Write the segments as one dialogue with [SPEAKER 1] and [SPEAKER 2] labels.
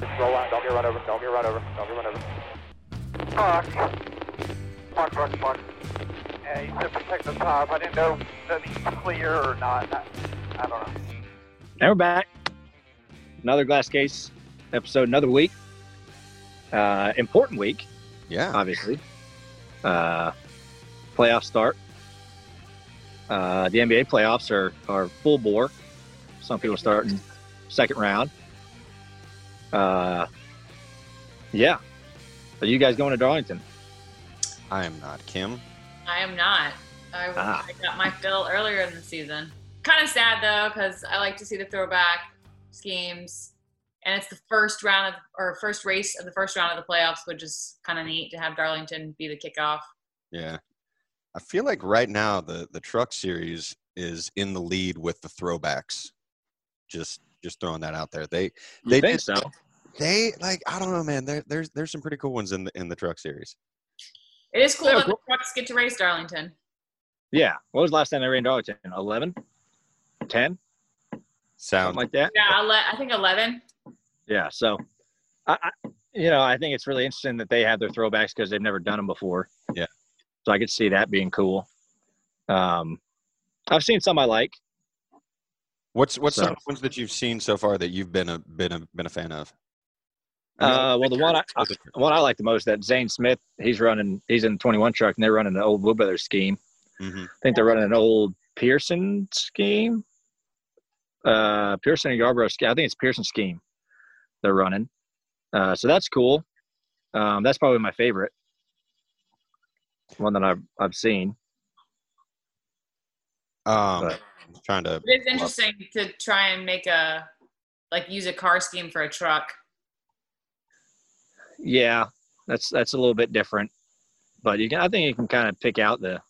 [SPEAKER 1] get run over. Don't get run over. Don't get run over.
[SPEAKER 2] Park. Park, park, park. Yeah, you said protect the top. I didn't know that he's clear or not. I, I don't know.
[SPEAKER 3] Now we're back. Another glass case episode, another week. Uh, important week,
[SPEAKER 4] Yeah.
[SPEAKER 3] obviously. Uh, playoff start. Uh, the NBA playoffs are, are full bore. Some people starting second round. Uh, yeah. Are you guys going to Darlington?
[SPEAKER 4] I am not Kim.
[SPEAKER 5] I am not. I,
[SPEAKER 3] Ah.
[SPEAKER 5] I got my fill earlier in the season. Kind of sad though, because I like to see the throwback schemes, and it's the first round of or first race of the first round of the playoffs, which is kind of neat to have Darlington be the kickoff.
[SPEAKER 4] Yeah. I feel like right now the the truck series is in the lead with the throwbacks. Just just throwing that out there. They They
[SPEAKER 3] You think
[SPEAKER 4] did-
[SPEAKER 3] so.
[SPEAKER 4] they like I don't know, man. There there's there's some pretty cool ones in the in the truck series.
[SPEAKER 5] It is cool
[SPEAKER 3] Yeah,
[SPEAKER 5] that
[SPEAKER 3] cool.
[SPEAKER 5] the trucks get to race Darlington.
[SPEAKER 3] Yeah. What was the last time they ran Darlington? 11? 10? Something
[SPEAKER 4] Sound
[SPEAKER 3] like that?
[SPEAKER 5] Yeah, I'll let- I think eleven.
[SPEAKER 3] Yeah. So, I, I, you know, I think it's really interesting that they have their throwbacks because they've never done them before.
[SPEAKER 4] Yeah.
[SPEAKER 3] So I could see that being cool. Um, I've seen some I like.
[SPEAKER 4] what's what's
[SPEAKER 3] So-
[SPEAKER 4] some ones that you've seen so far that you've been a been a been a fan of? I know-
[SPEAKER 3] Uh, well, the one I, I
[SPEAKER 4] Those are-
[SPEAKER 3] one I like the most that Zane Smith. He's running. He's in the 21 truck, and they're running an old Wood Brothers scheme.
[SPEAKER 4] mhm.
[SPEAKER 3] I think they're running an old Pearson scheme. Uh, Pearson and Yarbrough scheme. I think it's Pearson scheme they're running. Uh, so that's cool. Um, that's probably my favorite one that I've, I've seen.
[SPEAKER 4] Um,
[SPEAKER 3] But-
[SPEAKER 4] I'm trying to
[SPEAKER 5] It is interesting to try and make a like use a car scheme for a truck.
[SPEAKER 3] Yeah, that's that's a little bit different, but you can I think you can kind of pick out the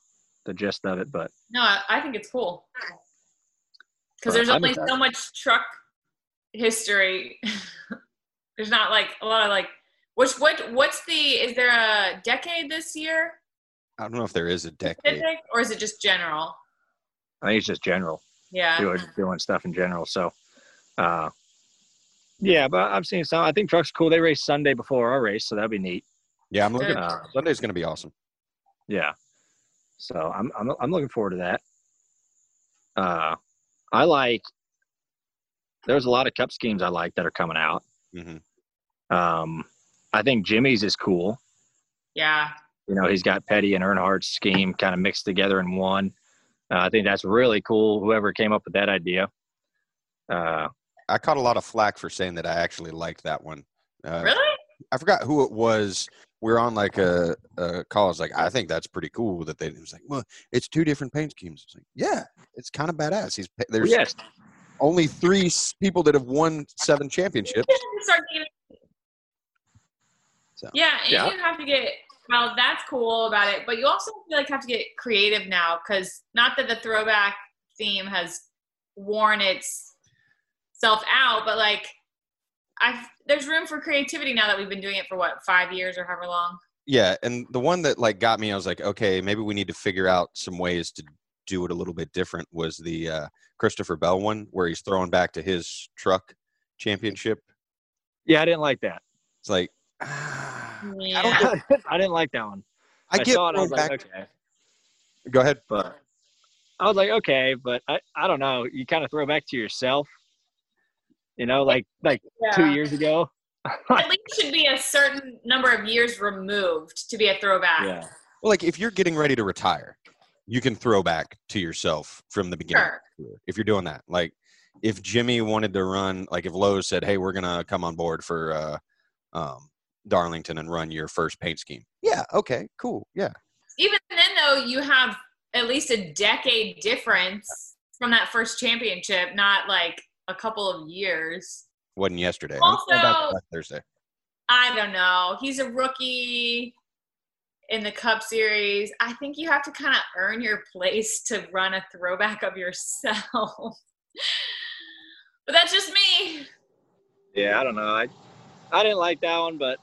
[SPEAKER 3] the gist of it. But
[SPEAKER 5] No, I, I think it's cool
[SPEAKER 3] But
[SPEAKER 5] because there's
[SPEAKER 3] I'm
[SPEAKER 5] only
[SPEAKER 3] excited.
[SPEAKER 5] so much truck history. there's not like a lot of like which what what's the is there a decade this year
[SPEAKER 4] I don't know if there is a decade.
[SPEAKER 5] specific or is it just general?
[SPEAKER 3] I think it's just general
[SPEAKER 5] Yeah,
[SPEAKER 3] doing doing stuff in general. So, uh, yeah, but I've seen some. I think trucks cool. They race Sunday before our race, so that'd be neat.
[SPEAKER 4] Yeah, I'm looking.
[SPEAKER 3] Uh,
[SPEAKER 4] Sunday's going to be awesome.
[SPEAKER 3] Yeah. So I'm I'm I'm looking forward to that. Uh I like there's a lot of cup schemes I like that are coming out.
[SPEAKER 4] Mhm.
[SPEAKER 3] Um I think Jimmy's is cool.
[SPEAKER 5] yeah.
[SPEAKER 3] You know, he's got Petty and Earnhardt's scheme kind of mixed together in one. Uh, I think that's really cool. Whoever came up with that idea. Uh,
[SPEAKER 4] I caught a lot of flack for saying that I actually liked that one. Uh,
[SPEAKER 5] Really?
[SPEAKER 4] I forgot who it was. We were on like a, a call. I was like, I think that's pretty cool that they. It was like, well, it's two different paint schemes. It's like, yeah, it's kind of badass. He's pa- there's
[SPEAKER 3] yes,
[SPEAKER 4] only three s- people that have won seven championships.
[SPEAKER 5] Start getting-
[SPEAKER 4] So.
[SPEAKER 5] Yeah, and
[SPEAKER 3] Yeah.
[SPEAKER 5] you have to get well. That's cool about it, but you also feel like have to get creative now because not that the throwback theme has worn its self out, but like I there's room for creativity now that we've been doing it for what five years or however long.
[SPEAKER 4] Yeah, and the one that like got me, I was like, okay, maybe we need to figure out some ways to do it a little bit different. Was the uh, Christopher Bell one where he's throwing back to his truck championship?
[SPEAKER 3] yeah, I didn't like that.
[SPEAKER 4] It's like. ah,
[SPEAKER 5] Yeah.
[SPEAKER 4] don't
[SPEAKER 3] I didn't like that one.
[SPEAKER 4] I, get
[SPEAKER 3] saw it. I was
[SPEAKER 4] thrown
[SPEAKER 3] like,
[SPEAKER 4] back.
[SPEAKER 3] okay.
[SPEAKER 4] Go ahead.
[SPEAKER 3] but I was like, okay, but I, I don't know. You kind of throw back to yourself, you know, like like two years ago.
[SPEAKER 5] At least it should be a certain number of years removed to be a throwback.
[SPEAKER 4] Well, like if you're getting ready to retire, you can throw back to yourself from the beginning.
[SPEAKER 5] Sure.
[SPEAKER 4] If you're doing that, like if Jimmy wanted to run, like if Lowe's said, "Hey, we're gonna come on board for uh, um, Darlington and run your first paint scheme." Yeah. Okay. Cool. Yeah.
[SPEAKER 5] even then though you have at least a decade difference from that first championship not like a couple of years
[SPEAKER 4] Wasn't yesterday. I'm going back to
[SPEAKER 5] Also-
[SPEAKER 4] last Thursday.
[SPEAKER 5] i don't know he's a rookie in the cup series i think you have to kind of earn your place to run a throwback of yourself but that's just me
[SPEAKER 3] Yeah, I don't know. I I didn't like that one, but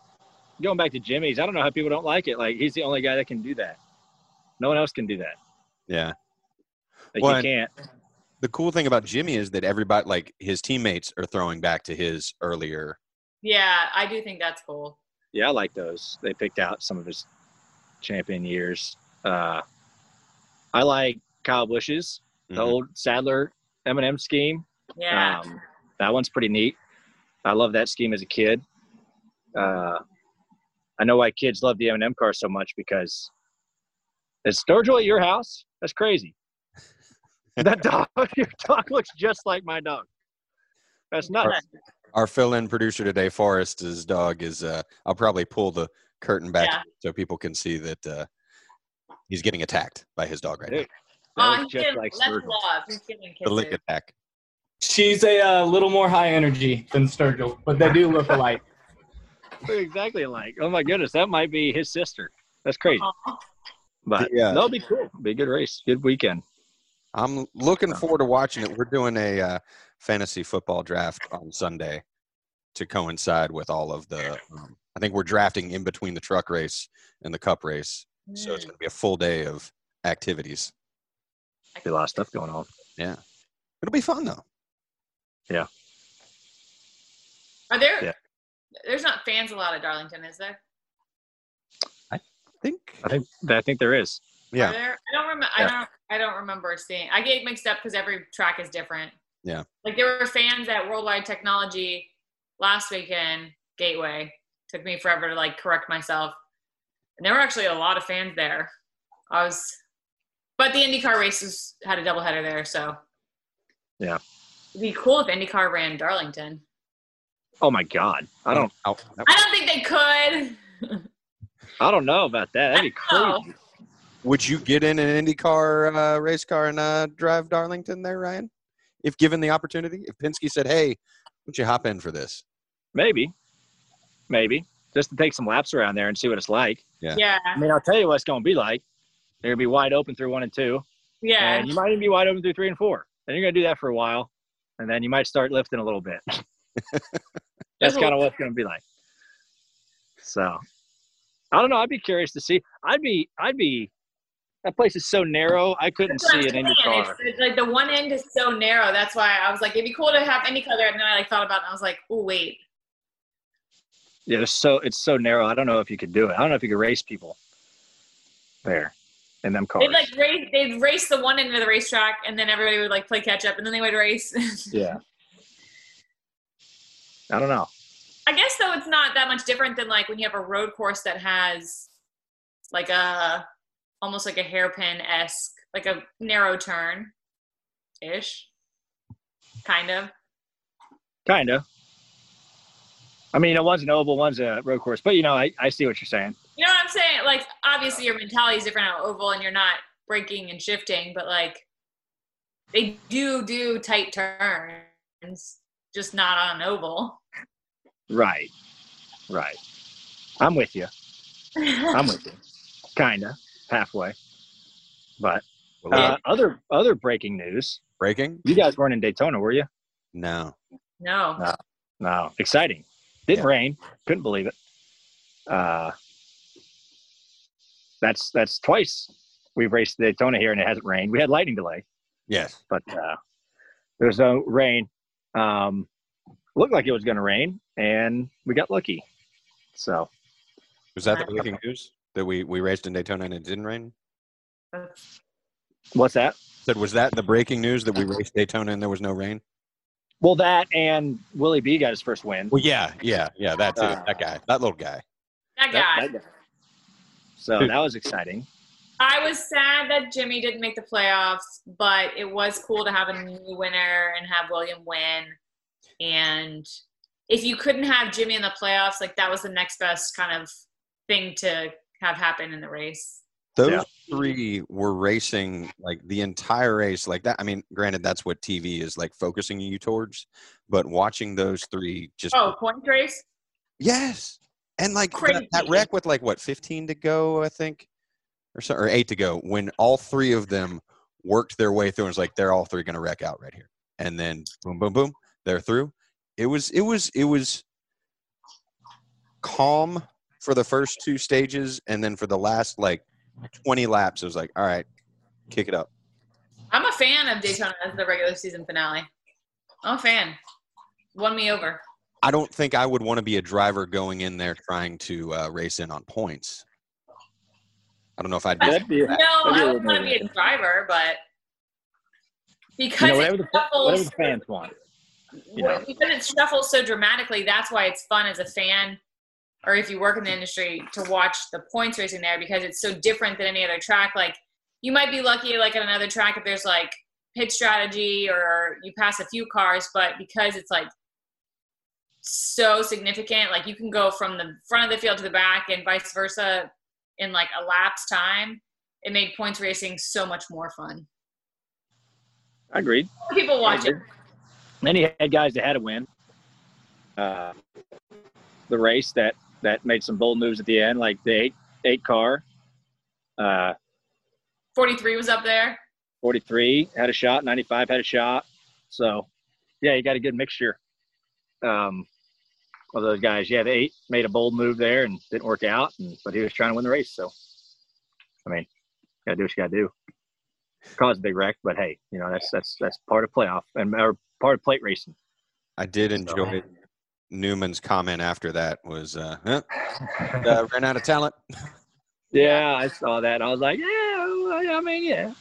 [SPEAKER 3] going back to Jimmy's, I don't know how people don't like it. Like he's the only guy that can do that. No one else can do that.
[SPEAKER 4] Yeah.
[SPEAKER 3] Like
[SPEAKER 4] Well,
[SPEAKER 3] you
[SPEAKER 4] and-
[SPEAKER 3] can't.
[SPEAKER 4] The cool thing about Jimmy is that everybody, like his teammates, are throwing back to his earlier
[SPEAKER 5] Yeah, I do think that's cool.
[SPEAKER 3] Yeah, I like those. They picked out some of his champion years. Uh, I like Kyle Bush's the
[SPEAKER 4] Mhm.
[SPEAKER 3] old Sadler M&M scheme.
[SPEAKER 5] Yeah.
[SPEAKER 3] Um, that one's pretty neat. I love that scheme as a kid. Uh, I know why kids love the M&M car so much because is Sturgill at your house? That's crazy. that dog, your dog looks just like my dog. That's nuts.
[SPEAKER 4] Our fill-in producer today, Forrest's dog, is. Uh, I'll probably pull the curtain back
[SPEAKER 5] Yeah.
[SPEAKER 4] so people can see that uh, he's getting attacked by his dog right now.
[SPEAKER 3] Dude, That
[SPEAKER 5] Aw,
[SPEAKER 3] looks
[SPEAKER 5] he's
[SPEAKER 3] just
[SPEAKER 5] giving-
[SPEAKER 3] like
[SPEAKER 5] that's
[SPEAKER 3] Sturgill.
[SPEAKER 5] love. He's giving
[SPEAKER 4] The lick
[SPEAKER 5] kisses.
[SPEAKER 4] attack.
[SPEAKER 6] She's a uh, little more high energy than Sturgill, but they do look alike.
[SPEAKER 3] They're exactly like, oh my goodness, that might be his sister. That's crazy.
[SPEAKER 5] Aw.
[SPEAKER 3] But
[SPEAKER 4] Yeah.
[SPEAKER 3] that'll be cool. Be a good race. Good weekend.
[SPEAKER 4] I'm looking forward to watching it. We're doing a uh, fantasy football draft on Sunday to coincide with all of the. Um, I think we're drafting in between the truck race and the cup race, so it's
[SPEAKER 5] Mm,
[SPEAKER 4] going to be a full day of activities.
[SPEAKER 3] Be a lot of stuff going on.
[SPEAKER 4] It'll be fun though.
[SPEAKER 5] Are there?
[SPEAKER 3] Yeah.
[SPEAKER 5] There's not fans allowed at Darlington, is there?
[SPEAKER 4] I think.
[SPEAKER 3] I think I think there is.
[SPEAKER 5] Are
[SPEAKER 4] Yeah,
[SPEAKER 5] there? I don't remember.
[SPEAKER 3] Yeah.
[SPEAKER 5] I don't. I don't remember seeing. I get mixed up because every track is different.
[SPEAKER 4] Yeah.
[SPEAKER 5] Like there were fans at Worldwide Technology last weekend. Gateway took me forever to like correct myself, and there were actually a lot of fans there. I was, but the IndyCar races had a doubleheader there, so
[SPEAKER 3] Yeah.
[SPEAKER 5] It'd be cool if IndyCar ran Darlington.
[SPEAKER 3] Oh my god. I don't
[SPEAKER 4] Oh, that-
[SPEAKER 5] I don't think they could.
[SPEAKER 3] I don't know about that. That'd be
[SPEAKER 5] No.
[SPEAKER 3] crazy.
[SPEAKER 4] Would you get in an IndyCar uh, race car and uh, drive Darlington there, Ryan? If given the opportunity, if Penske said, "Hey, why don't you hop in for this?"
[SPEAKER 3] Maybe. Maybe. Just to take some laps around there and see what it's like.
[SPEAKER 4] Yeah.
[SPEAKER 5] Yeah.
[SPEAKER 3] I mean, I'll tell you what it's gonna be like. They're gonna be wide open through one and two.
[SPEAKER 5] Yeah.
[SPEAKER 3] And you might even be wide open through three and four. And you're gonna do that for a while. And then you might start lifting a little bit. That's kind of what it's gonna be like. So I don't know. I'd be curious to see. I'd be I'd be that place is so narrow I couldn't
[SPEAKER 5] That's what
[SPEAKER 3] see it
[SPEAKER 5] I'm
[SPEAKER 3] in your
[SPEAKER 5] saying.
[SPEAKER 3] car.
[SPEAKER 5] It's- it's like the one end is so narrow. That's why I was like, it'd be cool to have any color. And then I like thought about it and I was like, oh wait.
[SPEAKER 3] Yeah, it's so it's so narrow. I don't know if you could do it. I don't know if you could race people there in them cars.
[SPEAKER 5] They'd like race they'd race the one end of the racetrack and then everybody would like play catch up and then they would race.
[SPEAKER 3] yeah. I don't know.
[SPEAKER 5] I guess though it's not that much different than like when you have a road course that has like a almost like a hairpin esque, like a narrow turn ish. Kind of.
[SPEAKER 3] Kind of. I mean, you know, one's an oval, one's a road course, but you know, I, I see what you're saying.
[SPEAKER 5] You know what I'm saying? Like, obviously, your mentality is different on oval, and you're not breaking and shifting, but like, they do do tight turns, just not on oval.
[SPEAKER 3] Right. Right. I'm with you. I'm with you. Kind of. Halfway. But
[SPEAKER 4] Well,
[SPEAKER 3] uh, other other breaking news.
[SPEAKER 4] breaking?
[SPEAKER 3] You guys weren't in Daytona, were you?
[SPEAKER 4] No.
[SPEAKER 5] no.
[SPEAKER 3] No. No, exciting. Didn't
[SPEAKER 4] Yeah.
[SPEAKER 3] rain. Couldn't believe it. Uh, that's that's twice we've raced Daytona here and it hasn't rained. We had lightning delay,
[SPEAKER 4] Yes.
[SPEAKER 3] but uh, there was no rain. Um, looked like it was going to rain, and we got lucky. So
[SPEAKER 4] Was that the breaking news that we we raced in Daytona and it didn't rain?
[SPEAKER 3] what's that?
[SPEAKER 4] Said was that the breaking news that we raced Daytona and there was no rain?
[SPEAKER 3] Well, that and Willie B got his first win.
[SPEAKER 5] Oh
[SPEAKER 4] Well, yeah, yeah, yeah. That too.
[SPEAKER 3] Uh,
[SPEAKER 4] that guy, that little guy.
[SPEAKER 3] That-
[SPEAKER 5] That guy.
[SPEAKER 3] that guy. So that was exciting.
[SPEAKER 5] I was sad that Jimmy didn't make the playoffs, but it was cool to have a new winner and have William win. And if you couldn't have Jimmy in the playoffs, like, that was the next best kind of thing to have happen in the race.
[SPEAKER 4] Those
[SPEAKER 3] Yeah.
[SPEAKER 4] three were racing like the entire race, like that. I mean, granted, that's what TV is like focusing you towards, but watching those three just
[SPEAKER 5] Oh, point race?
[SPEAKER 4] Yes. And like that,
[SPEAKER 5] Crazy.
[SPEAKER 4] that wreck with like what 15 to go, I think, or so, or eight to go, when all three of them worked their way through and was like, they're all three going to wreck out right here. And then boom, boom, boom, they're through. It was, it was, it was calm for the first two stages. And then for the last like 20 laps, it was like, all right, kick it up.
[SPEAKER 5] I'm a fan of Daytona as the regular season finale. I'm a fan. Won me over.
[SPEAKER 4] I don't think I would want to be a driver going in there trying to uh, race in on points. I don't know if I'd be.
[SPEAKER 5] Yeah,
[SPEAKER 4] that-
[SPEAKER 3] That'd be,
[SPEAKER 5] No,
[SPEAKER 3] you
[SPEAKER 5] I
[SPEAKER 3] a
[SPEAKER 5] wouldn't want to be a driver, but because
[SPEAKER 3] know, whatever,
[SPEAKER 5] it
[SPEAKER 3] the, whatever
[SPEAKER 5] shuffles,
[SPEAKER 3] the fans want. you know.
[SPEAKER 5] wh- because it shuffles so dramatically, that's why it's fun as a fan or if you work in the industry to watch the points racing there because it's so different than any other track. Like you might be lucky, like at another track, if there's like pit strategy or you pass a few cars, but because it's like so significant, like you can go from the front of the field to the back and vice versa in like a lapse time. It made points racing so much more fun.
[SPEAKER 3] Agreed.
[SPEAKER 5] People watch it.
[SPEAKER 3] Then you had guys that had to win uh, the race that that made some bold moves at the end, like the eight eight car. Uh,
[SPEAKER 5] 43 was up there.
[SPEAKER 3] 43 had a shot, 95 had a shot. So, yeah, you got a good mixture um, of those guys. Yeah, the eight made a bold move there and didn't work out, and, but he was trying to win the race. So, I mean, got to do what you got to do. Caused a big wreck, but hey, you know that's that's that's part of playoff and or part of plate racing.
[SPEAKER 4] I did enjoy Newman's comment after that was, uh, huh, uh, ran out of talent.
[SPEAKER 3] Yeah, I saw that. and I was like, yeah, well, I mean, yeah.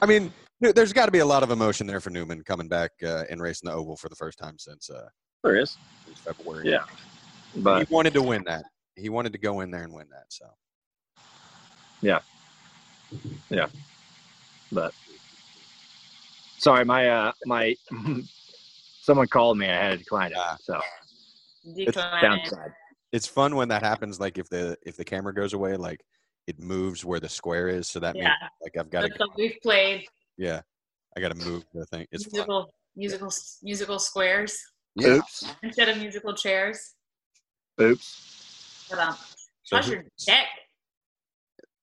[SPEAKER 4] I mean, there- there's got to be a lot of emotion there for Newman coming back uh, and racing the Oval for the first time since uh,
[SPEAKER 3] There is,
[SPEAKER 4] since February.
[SPEAKER 3] Yeah. but
[SPEAKER 4] he wanted to win that. He wanted to go in there and win that. So
[SPEAKER 3] but sorry, my uh my someone called me. I had to decline it,
[SPEAKER 4] Ah.
[SPEAKER 3] so
[SPEAKER 5] Decline.
[SPEAKER 3] downside.
[SPEAKER 4] it's fun when that happens. Like if the if the camera goes away, like it moves where the square is. So that
[SPEAKER 5] Yeah.
[SPEAKER 4] means like I've got to
[SPEAKER 5] That's what we've played
[SPEAKER 4] yeah, I got to move the thing. It's fun.
[SPEAKER 5] musical, musical, musical squares
[SPEAKER 4] Yeah.
[SPEAKER 3] Oops,
[SPEAKER 5] instead of musical chairs.
[SPEAKER 3] oops.
[SPEAKER 5] But, um,
[SPEAKER 4] So
[SPEAKER 5] how's your
[SPEAKER 4] who's-
[SPEAKER 5] deck,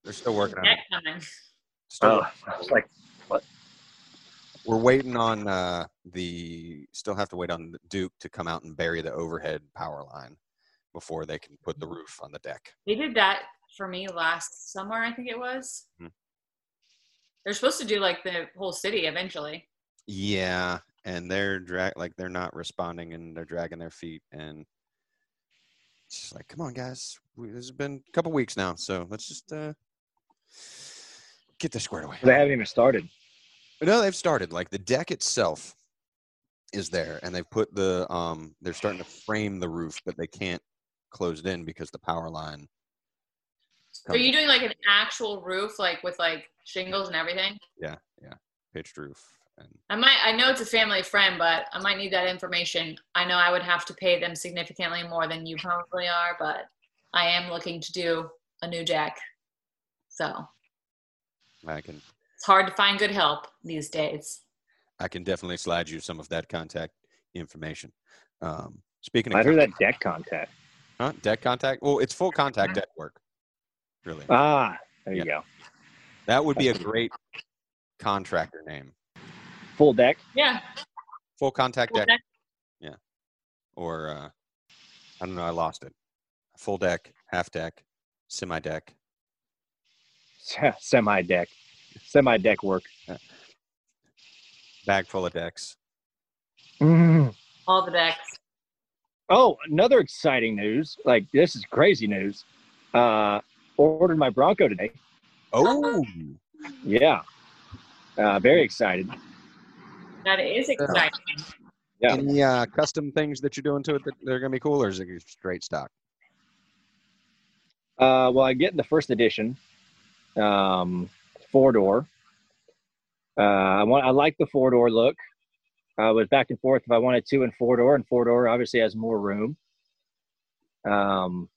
[SPEAKER 4] they're still working on
[SPEAKER 5] deck
[SPEAKER 4] it.
[SPEAKER 5] coming?
[SPEAKER 4] Still
[SPEAKER 3] Oh, I was like,
[SPEAKER 4] We're waiting on uh, the still have to wait on Duke to come out and bury the overhead power line before they can put the
[SPEAKER 3] Mm-hmm.
[SPEAKER 4] roof on the deck.
[SPEAKER 5] They did that for me last summer, I think it was.
[SPEAKER 4] Hmm.
[SPEAKER 5] They're supposed to do like the whole city eventually.
[SPEAKER 4] Yeah, and they're drag like they're not responding and they're dragging their feet and it's just like, come on, guys, we, this has been a couple weeks now, so let's just uh, get this squared away.
[SPEAKER 3] they haven't even started.
[SPEAKER 4] No, they've started. Like the deck itself is there, and they've put the um. They're starting to frame the roof, but they can't close it in because the power line.
[SPEAKER 5] So are you doing like an actual roof, like with like shingles and everything?
[SPEAKER 4] pitched roof? And
[SPEAKER 5] I might. I know it's a family friend, but I might need that information. I know I would have to pay them significantly more than you probably are, but I am looking to do a new deck. So
[SPEAKER 4] I can
[SPEAKER 5] it's hard to find good help these days.
[SPEAKER 4] I can definitely slide you some of that contact information. Um, speaking
[SPEAKER 3] I
[SPEAKER 4] of
[SPEAKER 3] heard that deck contact.
[SPEAKER 4] Huh? Deck contact? Well, it's full contact deck work. Really.
[SPEAKER 3] Ah, there you go.
[SPEAKER 4] That would be a great contractor name.
[SPEAKER 3] Full deck.
[SPEAKER 5] Yeah.
[SPEAKER 4] Full contact
[SPEAKER 5] Well,
[SPEAKER 4] deck
[SPEAKER 5] that-
[SPEAKER 4] or uh I don't know, I lost it. Full deck, half deck, semi deck.
[SPEAKER 3] semi deck, semi deck work.
[SPEAKER 4] Bag full of decks.
[SPEAKER 5] all the decks.
[SPEAKER 3] Oh, another exciting news! Like this is crazy news. Uh, ordered my Bronco today.
[SPEAKER 4] Oh
[SPEAKER 3] Yeah, uh, very excited.
[SPEAKER 5] That is exciting.
[SPEAKER 3] Yeah.
[SPEAKER 4] any uh custom things that you're doing to it that they're gonna be cool or is it straight stock?
[SPEAKER 3] Uh, well, I get the first edition, um, four door. Uh, I want. I like the four door look. I was back and forth if I wanted two and four door, and four door obviously has more room. Um,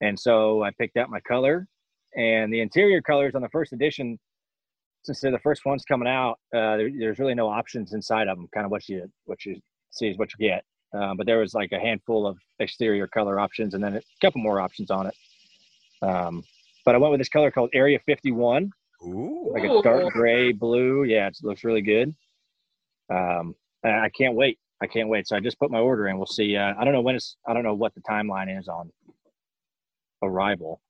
[SPEAKER 3] and so I picked out my color, and the interior colors on the first edition, since they're the first ones coming out, uh, there, there's really no options inside of them. Kind of what you what you see is what you get. Uh, but there was like a handful of exterior color options, and then a couple more options on it. Um, but I went with this color called Area 51,
[SPEAKER 4] Ooh.
[SPEAKER 3] like
[SPEAKER 5] Ooh.
[SPEAKER 3] a dark gray blue. Yeah, it looks really good. Um, and I can't wait. I can't wait. So I just put my order in. We'll see. Uh, I don't know when it's. I don't know what the timeline is on arrival.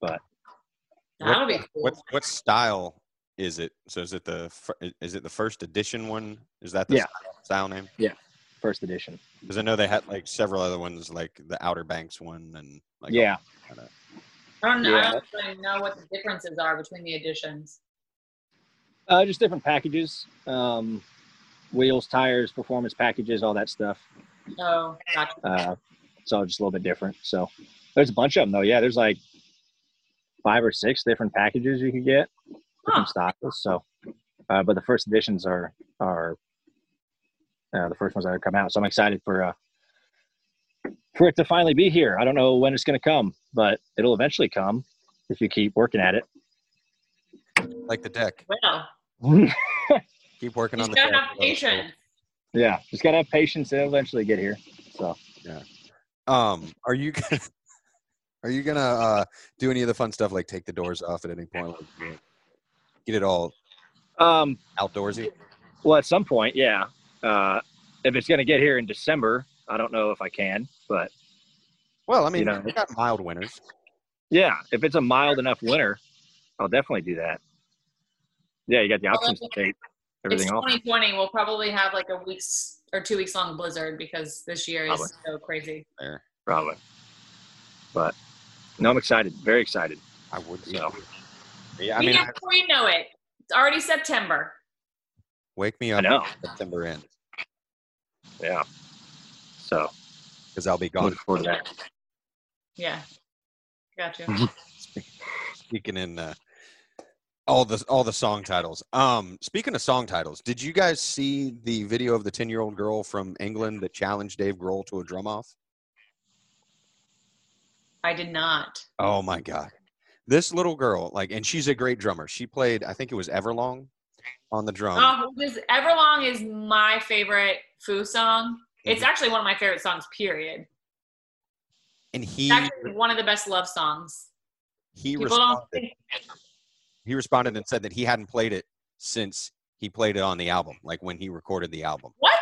[SPEAKER 5] That'll be cool.
[SPEAKER 4] What what style is it? So is it the fir- is it the first edition one? Is that the
[SPEAKER 3] Yeah.
[SPEAKER 4] style- style name?
[SPEAKER 3] first edition.
[SPEAKER 4] Because I know they had like several other ones, like the Outer Banks one, and like
[SPEAKER 3] yeah,
[SPEAKER 5] I don't know. I
[SPEAKER 3] Yeah.
[SPEAKER 5] don't really know what the differences are between the editions.
[SPEAKER 3] Uh, just different packages, um, wheels, tires, performance packages, all that stuff.
[SPEAKER 5] Oh, gotcha.
[SPEAKER 3] Uh, it's all just a little bit different. So there's a bunch of them though. Yeah, there's like five or six different packages you could get,
[SPEAKER 5] Huh.
[SPEAKER 3] different styles. So, uh, but the first editions are are uh, the first ones that have come out. So I'm excited for uh, for it to finally be here. I don't know when it's going to come, but it'll eventually come if you keep working at it.
[SPEAKER 4] like the deck.
[SPEAKER 5] Well,
[SPEAKER 4] Keep working
[SPEAKER 5] you
[SPEAKER 4] on the
[SPEAKER 5] gotta
[SPEAKER 4] deck.
[SPEAKER 5] have patience.
[SPEAKER 3] yeah, just gotta have patience. It'll eventually get here. So.
[SPEAKER 4] Um, are you gonna are you gonna uh, do any of the fun stuff like take the doors off at any point? Like, get it all
[SPEAKER 3] Um,
[SPEAKER 4] outdoorsy.
[SPEAKER 3] Well, at some point, yeah. Uh, if it's going to get here in December, I don't know if I can, but
[SPEAKER 4] Well, I mean,
[SPEAKER 3] You know.
[SPEAKER 4] we got mild winters.
[SPEAKER 3] yeah, if it's a mild enough winter, I'll definitely do that. Yeah, you got the options to take
[SPEAKER 5] It's
[SPEAKER 3] everything off.
[SPEAKER 5] 2020. We'll probably have like a week's or two weeks long blizzard because this year is
[SPEAKER 3] Probably.
[SPEAKER 5] so crazy.
[SPEAKER 4] There,
[SPEAKER 3] Probably. But no, I'm excited. Very excited.
[SPEAKER 4] I would.
[SPEAKER 3] So
[SPEAKER 4] Yeah, I
[SPEAKER 5] we
[SPEAKER 4] mean,
[SPEAKER 5] know before you know it. It's already September.
[SPEAKER 4] wake me
[SPEAKER 3] I
[SPEAKER 4] up
[SPEAKER 3] know.
[SPEAKER 4] September end
[SPEAKER 3] Yeah. So
[SPEAKER 4] because I'll be gone.
[SPEAKER 3] look forward to that.
[SPEAKER 5] Yeah. Gotcha.
[SPEAKER 4] Mm-hmm. Speaking in uh, all the all the song titles. Um, speaking of song titles, did you guys see the video of the ten year old girl from England that challenged Dave Grohl to a drum off?
[SPEAKER 5] I did not.
[SPEAKER 4] Oh my god. This little girl, like, and she's a great drummer. She played, I think it was Everlong on the drum.
[SPEAKER 5] oh, this Everlong is my favorite Foo song. It's
[SPEAKER 4] mm-hmm.
[SPEAKER 5] actually one of my favorite songs, period.
[SPEAKER 4] and he
[SPEAKER 5] It's actually one of the best love songs.
[SPEAKER 4] he
[SPEAKER 5] People don't
[SPEAKER 4] responded,
[SPEAKER 5] think
[SPEAKER 4] he responded and said that he hadn't played it since he played it on the album, like when he recorded the album.
[SPEAKER 5] what?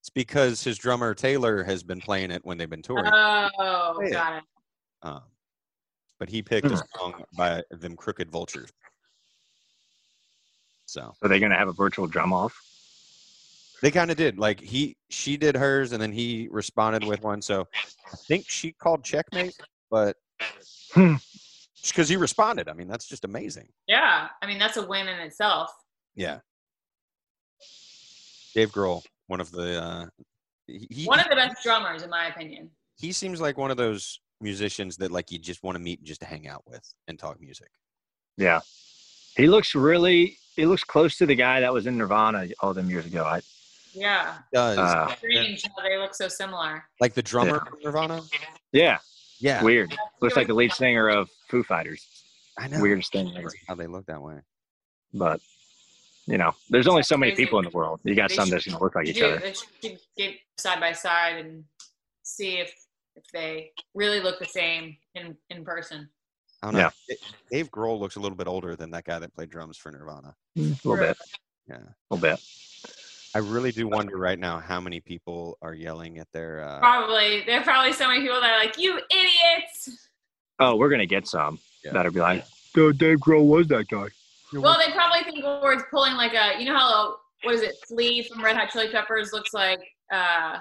[SPEAKER 4] It's because his drummer Taylor has been playing it when they've been touring.
[SPEAKER 5] Oh,
[SPEAKER 4] Yeah.
[SPEAKER 5] got it.
[SPEAKER 4] Um, but he picked a song by them Crooked Vultures. So
[SPEAKER 3] So they're going to have a virtual drum off.
[SPEAKER 4] they kind of did. Like he, she did hers, and then he responded with one. So I think she called checkmate, but
[SPEAKER 3] Hmm.
[SPEAKER 4] because he responded, I mean that's just amazing.
[SPEAKER 5] Yeah. I mean, that's a win in itself.
[SPEAKER 4] Yeah. Dave Grohl, one of the uh, he he-
[SPEAKER 5] One of the best drummers, in my opinion.
[SPEAKER 4] he seems like one of those musicians that like you just want to meet and just to hang out with and talk music.
[SPEAKER 3] Yeah. He looks really, he looks close to the guy that was in Nirvana all them years ago. I,
[SPEAKER 5] Yeah.
[SPEAKER 4] Does
[SPEAKER 3] uh,
[SPEAKER 5] Strange how they look so similar.
[SPEAKER 4] like the drummer from Nirvana?
[SPEAKER 3] yeah.
[SPEAKER 4] Yeah,
[SPEAKER 3] Weird. Looks like the lead singer of Foo Fighters.
[SPEAKER 4] I know.
[SPEAKER 3] Weirdest thing ever.
[SPEAKER 4] Crazy how they look that way.
[SPEAKER 3] but you know, there's only so many
[SPEAKER 5] Crazy.
[SPEAKER 3] people in the world. You got
[SPEAKER 5] They
[SPEAKER 3] some
[SPEAKER 5] should-
[SPEAKER 3] that's gonna look like
[SPEAKER 5] You
[SPEAKER 3] each
[SPEAKER 5] do.
[SPEAKER 3] other.
[SPEAKER 5] They should get side by side and see if, if they really look the same in, in person.
[SPEAKER 4] I don't know.
[SPEAKER 3] Yeah.
[SPEAKER 4] Da- Dave Grohl looks a little bit older than that guy that played drums for Nirvana.
[SPEAKER 3] A little bit,
[SPEAKER 4] Yeah.
[SPEAKER 3] a little bit.
[SPEAKER 4] I really do wonder right now how many people are yelling at their uh,
[SPEAKER 5] Probably. There are probably so many people that are like, you idiots.
[SPEAKER 3] Oh, we're gonna get some
[SPEAKER 4] Yeah.
[SPEAKER 3] that'll be like, "Dude, Dave Grohl was that guy."
[SPEAKER 5] Well, they probably think we're pulling like a, you know how, what is it, Flea from Red Hot Chili Peppers looks like, uh,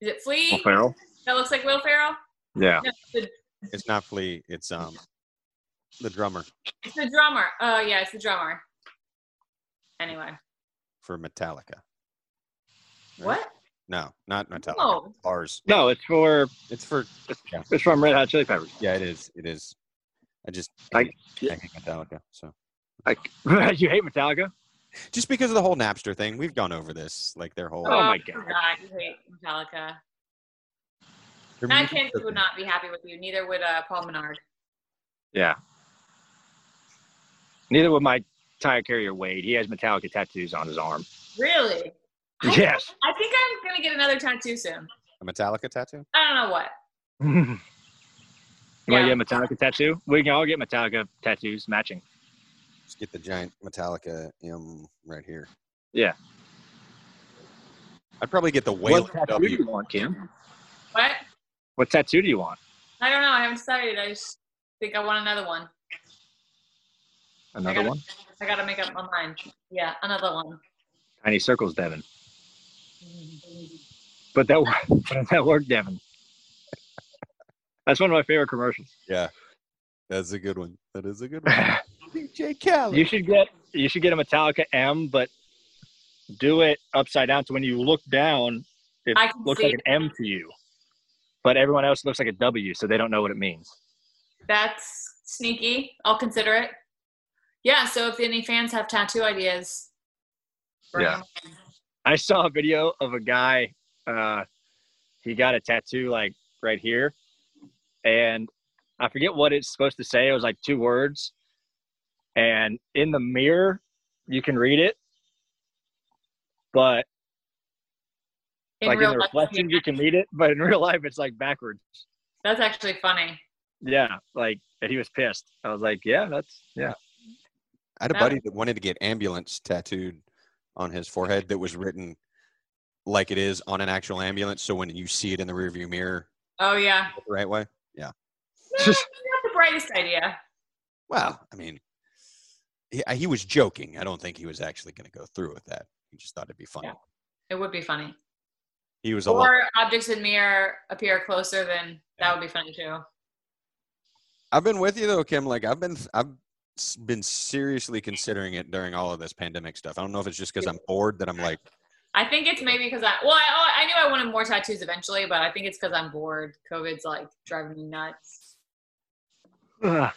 [SPEAKER 5] is it Flea?
[SPEAKER 3] Farrell.
[SPEAKER 5] That looks like Will Ferrell?
[SPEAKER 3] Yeah,
[SPEAKER 5] No, it's the,
[SPEAKER 4] it's not Flea, it's um the drummer
[SPEAKER 5] it's the drummer. Oh, yeah, it's the drummer. Anyway.
[SPEAKER 4] for Metallica.
[SPEAKER 5] What?
[SPEAKER 4] No, not Metallica.
[SPEAKER 3] Oh,
[SPEAKER 5] No.
[SPEAKER 4] Ours.
[SPEAKER 3] no, it's for
[SPEAKER 4] It's for
[SPEAKER 3] it's from Red Hot Chili Peppers.
[SPEAKER 4] yeah, it is. It is. I just
[SPEAKER 3] I-
[SPEAKER 4] I, I hate Metallica. So
[SPEAKER 3] you hate Metallica?
[SPEAKER 4] just because of the whole Napster thing, we've gone over this. Like their whole
[SPEAKER 3] Oh. my God.
[SPEAKER 5] God, you hate Metallica.
[SPEAKER 4] their
[SPEAKER 5] Matt
[SPEAKER 4] music
[SPEAKER 5] Kent would not be happy with you. Neither would uh, Paul Menard.
[SPEAKER 3] Yeah. Neither would my tire carrier Wade. He has Metallica tattoos on his arm.
[SPEAKER 5] Really? I-
[SPEAKER 3] Yes.
[SPEAKER 5] I think I'm going to get another tattoo soon.
[SPEAKER 4] a Metallica tattoo.
[SPEAKER 5] I don't know what.
[SPEAKER 3] Want to
[SPEAKER 5] Yeah.
[SPEAKER 3] get a Metallica tattoo? We can all get Metallica tattoos matching.
[SPEAKER 4] Just get the giant Metallica M right here.
[SPEAKER 3] Yeah.
[SPEAKER 4] I'd probably get the whale W.
[SPEAKER 3] want, Kim?
[SPEAKER 5] What?
[SPEAKER 3] What tattoo do you want?
[SPEAKER 5] I don't know. I haven't decided. I just think I want another one.
[SPEAKER 3] Another
[SPEAKER 5] gotta-
[SPEAKER 3] one?
[SPEAKER 5] I gotta make up my mind. Yeah, another one.
[SPEAKER 3] Tiny circles, Devin. but that wor- but that worked, Devin. That's one of my favorite commercials.
[SPEAKER 4] That's a good one. That is a good one. DJ
[SPEAKER 3] you
[SPEAKER 4] Khaled.
[SPEAKER 3] should get you should get a Metallica M, but do it upside down. So when you look down, it
[SPEAKER 5] I can
[SPEAKER 3] looks
[SPEAKER 5] see
[SPEAKER 3] like an M to you, but everyone else looks like a W, so they don't know what it means.
[SPEAKER 5] That's sneaky. I'll consider it. Yeah. So if any fans have tattoo ideas, bring
[SPEAKER 3] Yeah.
[SPEAKER 5] 'em.
[SPEAKER 3] I saw a video of a guy. Uh, he got a tattoo like right here, and I forget what it's supposed to say. It was like two words, and in the mirror you can read it, but
[SPEAKER 5] In
[SPEAKER 3] like in
[SPEAKER 5] real
[SPEAKER 3] the
[SPEAKER 5] life,
[SPEAKER 3] reflection you can read it. But in real life, it's like backwards.
[SPEAKER 5] that's actually funny.
[SPEAKER 3] Yeah, like and he was pissed. I was like, yeah, that's yeah.
[SPEAKER 4] I had a
[SPEAKER 5] No.
[SPEAKER 4] buddy that wanted to get ambulance tattooed on his forehead that was written like it is on an actual ambulance. So when you see it in the rearview mirror
[SPEAKER 5] Oh yeah.
[SPEAKER 4] the right way.
[SPEAKER 5] No,
[SPEAKER 3] Just-
[SPEAKER 5] not the brightest idea.
[SPEAKER 4] Well, I mean, he, he was joking. I don't think he was actually going to go through with that. He just thought it'd be funny.
[SPEAKER 5] Yeah. It would be funny.
[SPEAKER 4] He was a lot.
[SPEAKER 5] Or objects in mirror appear closer than that would be funny too.
[SPEAKER 4] I've been with you though, Kim. Like I've been, I've s- been seriously considering it during all of this pandemic stuff. I don't know if it's just because I'm bored that I'm like,
[SPEAKER 5] I think it's maybe because I well I, I knew I wanted more tattoos eventually, but I think it's because I'm bored. COVID's like driving me nuts.
[SPEAKER 3] Ugh.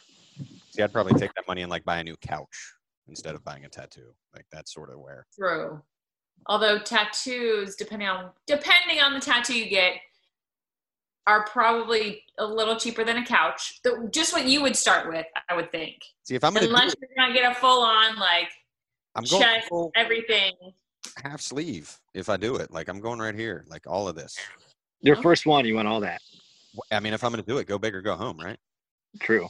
[SPEAKER 4] see, I'd probably take that money and like buy a new couch instead of buying a tattoo. Like that's sort of where.
[SPEAKER 5] through. Although tattoos, depending on depending on the tattoo you get, are probably a little cheaper than a couch. The- Just what you would start with, I would think,
[SPEAKER 4] See, if I'm gonna, do
[SPEAKER 5] unless
[SPEAKER 4] it,
[SPEAKER 5] you're gonna get a full on like
[SPEAKER 4] I'm going
[SPEAKER 5] chest-
[SPEAKER 4] full
[SPEAKER 5] everything.
[SPEAKER 4] half sleeve. If I do it, like I'm going right here, like all of this.
[SPEAKER 3] Your
[SPEAKER 5] Oh.
[SPEAKER 3] first one, you want all that.
[SPEAKER 4] Wh- I mean, if I'm gonna do it, go big or go home, right?
[SPEAKER 3] True.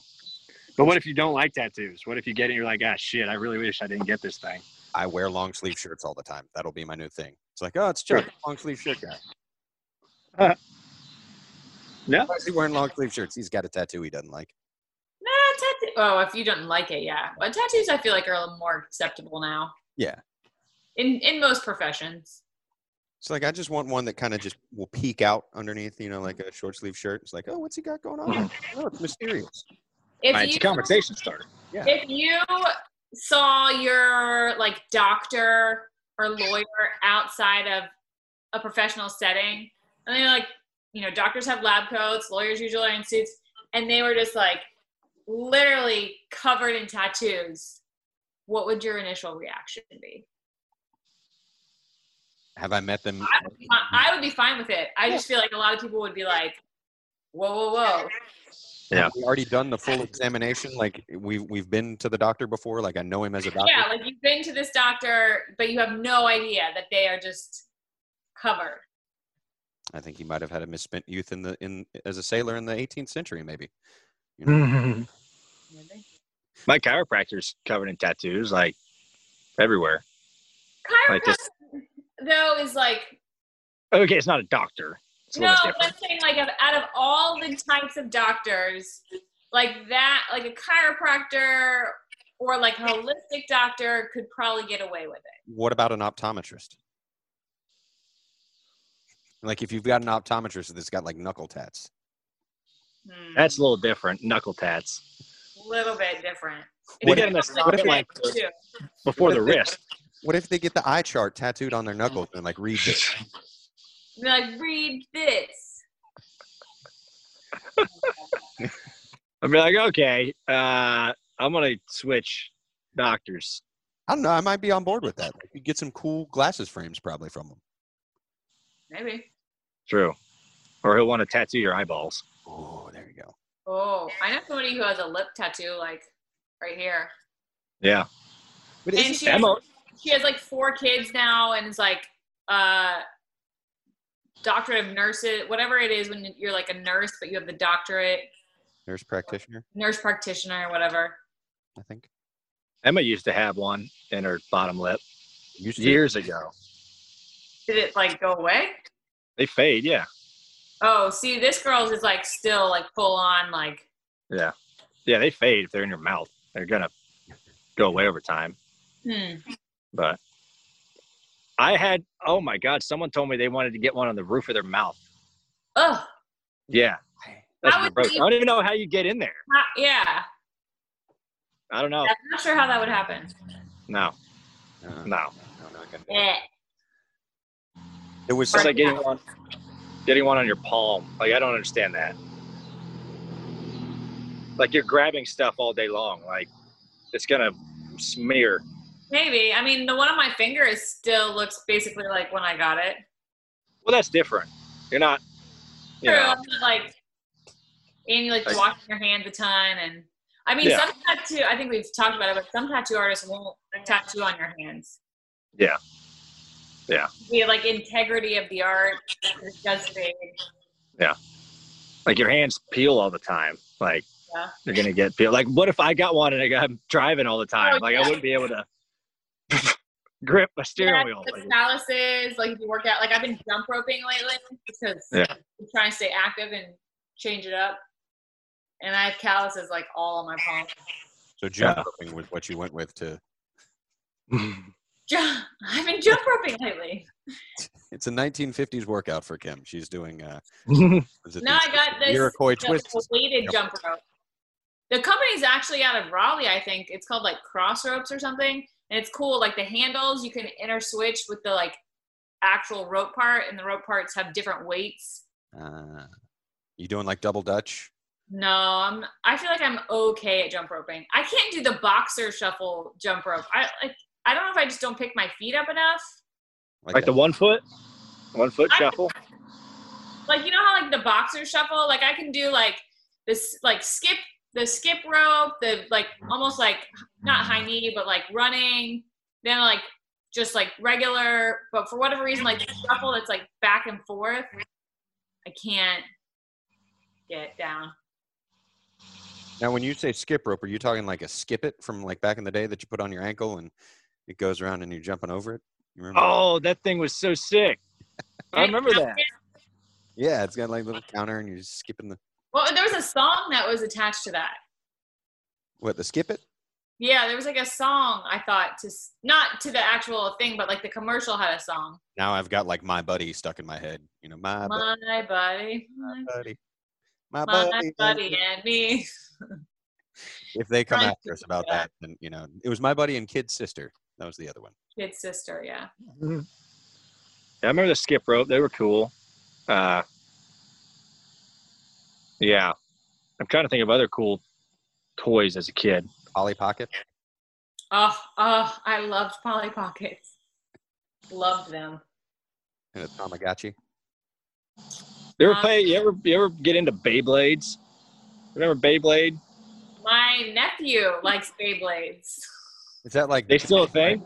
[SPEAKER 3] But what if you don't like tattoos? What if you get it and you're like, ah, shit, I really wish I didn't get this thing?
[SPEAKER 4] I wear long sleeve shirts all the time. That'll be my new thing. It's like, oh, it's Chuck, long sleeve shirt guy.
[SPEAKER 3] No.
[SPEAKER 4] Why is he wearing long sleeve shirts? He's got a tattoo he doesn't like.
[SPEAKER 5] Nah, tattoo. Oh, if you don't like it, yeah. But tattoos, I feel like are a little more acceptable now.
[SPEAKER 4] Yeah.
[SPEAKER 5] In in most professions.
[SPEAKER 4] It's like I just want one that kind of just will peek out underneath, you know, like a short sleeve shirt. It's like, oh, what's he got going on? Oh, it's mysterious.
[SPEAKER 5] If
[SPEAKER 3] Right, it's a conversation starter.
[SPEAKER 5] If you saw your like doctor or lawyer outside of a professional setting, and they're like, you know, doctors have lab coats, lawyers usually are in suits, and they were just like literally covered in tattoos, what would your initial reaction be?
[SPEAKER 4] Have I met them?
[SPEAKER 5] I would be fine, I would be fine with it. I just feel like a lot of people would be like, whoa, whoa, whoa.
[SPEAKER 3] Yeah.
[SPEAKER 4] Have we already done the full examination? Like we've we've been to the doctor before. Like I know him as a doctor.
[SPEAKER 5] Yeah, like you've been to this doctor, but you have no idea that they are just covered.
[SPEAKER 4] I think he might have had a misspent youth in the in as a sailor in the 18th century, maybe.
[SPEAKER 3] My chiropractor's covered in tattoos, like everywhere. Like
[SPEAKER 5] chiropractor
[SPEAKER 3] this-
[SPEAKER 5] though is like
[SPEAKER 3] Okay, it's not a doctor. It's a
[SPEAKER 5] no
[SPEAKER 3] little bit
[SPEAKER 5] but i'm
[SPEAKER 3] different.
[SPEAKER 5] saying like of- out of all the types of doctors like that like a chiropractor or like a holistic doctor could probably get away with it
[SPEAKER 4] What about an optometrist? Like if you've got an optometrist that's got like knuckle tats,
[SPEAKER 5] Hmm,
[SPEAKER 3] That's a little different. Knuckle tats
[SPEAKER 5] a little bit different If
[SPEAKER 3] What
[SPEAKER 5] you
[SPEAKER 3] if-
[SPEAKER 5] have, like,
[SPEAKER 3] what if, like,
[SPEAKER 5] tattoos, too.
[SPEAKER 3] before the
[SPEAKER 4] What if they-
[SPEAKER 3] wrist.
[SPEAKER 4] what if they get the eye chart tattooed on their knuckles and like read it?
[SPEAKER 5] Be like read this
[SPEAKER 3] I'd be like, okay, uh, I'm gonna switch doctors.
[SPEAKER 4] I don't know. I might be on board with that. Like, you get some cool glasses frames probably from them.
[SPEAKER 5] maybe
[SPEAKER 3] True. Or he'll want to tattoo your eyeballs.
[SPEAKER 4] Oh, there you go.
[SPEAKER 5] oh i know somebody who has a lip tattoo like right here
[SPEAKER 3] Yeah.
[SPEAKER 4] But
[SPEAKER 5] and
[SPEAKER 4] it's,
[SPEAKER 5] she has
[SPEAKER 3] Emma-
[SPEAKER 5] she has like four kids now and is like uh doctorate of nurses whatever it is when you're like a nurse but you have the doctorate
[SPEAKER 4] nurse practitioner,
[SPEAKER 5] nurse practitioner or whatever
[SPEAKER 4] I think.
[SPEAKER 3] Emma used to have one in her bottom lip
[SPEAKER 4] Used to.
[SPEAKER 3] years ago.
[SPEAKER 5] did it like go away
[SPEAKER 3] They fade, yeah.
[SPEAKER 5] oh see this girl's is like still like full on like
[SPEAKER 3] Yeah. Yeah, they fade if they're in your mouth. They're gonna go away over time.
[SPEAKER 5] hmm
[SPEAKER 3] But I had, oh my God, someone told me they wanted to get one on the roof of their mouth.
[SPEAKER 5] Ugh.
[SPEAKER 3] Yeah. That's
[SPEAKER 5] How would
[SPEAKER 3] gross.
[SPEAKER 5] you-
[SPEAKER 3] I don't even know how you get in there.
[SPEAKER 5] Not, yeah.
[SPEAKER 3] I don't know.
[SPEAKER 5] I'm not sure how that would happen.
[SPEAKER 3] No,
[SPEAKER 4] Uh,
[SPEAKER 3] no.
[SPEAKER 4] no, not gonna do it.
[SPEAKER 5] Eh.
[SPEAKER 4] It was
[SPEAKER 3] It's like getting one, getting one on your palm. Like I don't understand that. Like you're grabbing stuff all day long. Like it's gonna smear.
[SPEAKER 5] Maybe. I mean, the one on my finger is still looks basically like when I got it.
[SPEAKER 3] Well, that's different. You're not. You
[SPEAKER 5] True.
[SPEAKER 3] know,
[SPEAKER 5] I'm not, Like, and you like
[SPEAKER 3] Like-
[SPEAKER 5] washing your hands a ton, and I mean,
[SPEAKER 3] Yeah.
[SPEAKER 5] some tattoo. I think we've talked about it, but some tattoo artists won't tattoo on your hands.
[SPEAKER 3] Yeah. Yeah.
[SPEAKER 5] The like integrity of the art it does fade.
[SPEAKER 3] like your hands peel all the time. Like
[SPEAKER 5] Yeah.
[SPEAKER 3] you're gonna get peel. Like what if I got one and I got, I'm driving all the time?
[SPEAKER 5] Oh,
[SPEAKER 3] like
[SPEAKER 5] yeah.
[SPEAKER 3] I wouldn't be able to grip a steering
[SPEAKER 5] Yeah,
[SPEAKER 3] wheel.
[SPEAKER 5] the
[SPEAKER 3] Like,
[SPEAKER 5] calluses, like if you work out, like I've been jump roping lately because
[SPEAKER 3] Yeah.
[SPEAKER 5] I'm trying to stay active and change it up. And I have calluses like all on my palm.
[SPEAKER 4] so jump
[SPEAKER 3] Yeah.
[SPEAKER 4] roping was what you went with to.
[SPEAKER 5] Jump, I've been jump roping lately.
[SPEAKER 4] It's a 1950s workout for Kim. She's doing. Uh, was it
[SPEAKER 5] No,
[SPEAKER 4] these
[SPEAKER 5] I got this
[SPEAKER 4] Iroquois
[SPEAKER 5] the
[SPEAKER 4] twists.
[SPEAKER 5] weighted
[SPEAKER 4] Yep.
[SPEAKER 5] jump rope. The company's actually out of Raleigh, I think. It's called like Cross Ropes or something, and it's cool. Like the handles, you can interswitch with the like actual rope part, and the rope parts have different weights.
[SPEAKER 4] Uh, you doing like double Dutch?
[SPEAKER 5] No, I'm. I feel like I'm okay at jump roping. I can't do the boxer shuffle jump rope. I like. I don't know if I just don't pick my feet up enough.
[SPEAKER 3] like the one foot, one foot
[SPEAKER 5] I-
[SPEAKER 3] shuffle.
[SPEAKER 5] Like you know how like the boxer shuffle. Like I can do like this like skip the skip rope. The like almost like not high knee but like running. Then like just like regular. But for whatever reason, like the shuffle, it's like back and forth. I can't get down.
[SPEAKER 4] Now, when you say skip rope, are you talking like a skip it from like back in the day that you put on your ankle and it goes around and you're jumping over it? You remember?
[SPEAKER 3] Oh, that thing was so sick. I remember that.
[SPEAKER 4] Yeah, it's got like a little counter and you're just skipping the
[SPEAKER 5] Well, there was a song that was attached to that.
[SPEAKER 4] what the skip it.
[SPEAKER 5] Yeah, there was like a song I thought to s- not to the actual thing, but like the commercial had a song.
[SPEAKER 4] Now I've got like my buddy stuck in my head. You know, my, bu-
[SPEAKER 5] My buddy,
[SPEAKER 4] my
[SPEAKER 5] my,
[SPEAKER 4] buddy, my,
[SPEAKER 5] my
[SPEAKER 4] buddy.
[SPEAKER 5] buddy and me.
[SPEAKER 4] If they come
[SPEAKER 5] Trying to
[SPEAKER 4] after us about
[SPEAKER 5] figure out.
[SPEAKER 4] that, then you know it was my buddy and kid sister. That was the other one.
[SPEAKER 5] Kid sister, yeah.
[SPEAKER 3] Yeah, I remember the skip rope. They were cool. Uh, yeah, I'm trying to think of other cool toys as a kid.
[SPEAKER 4] Polly Pocket.
[SPEAKER 5] Oh, oh, I loved Polly Pockets. Loved them.
[SPEAKER 4] And a Tamagotchi.
[SPEAKER 3] You ever
[SPEAKER 5] Um,
[SPEAKER 3] play? You ever you ever get into Beyblades? Remember Beyblade?
[SPEAKER 5] My nephew likes Beyblades.
[SPEAKER 4] Is that like
[SPEAKER 3] They still a thing?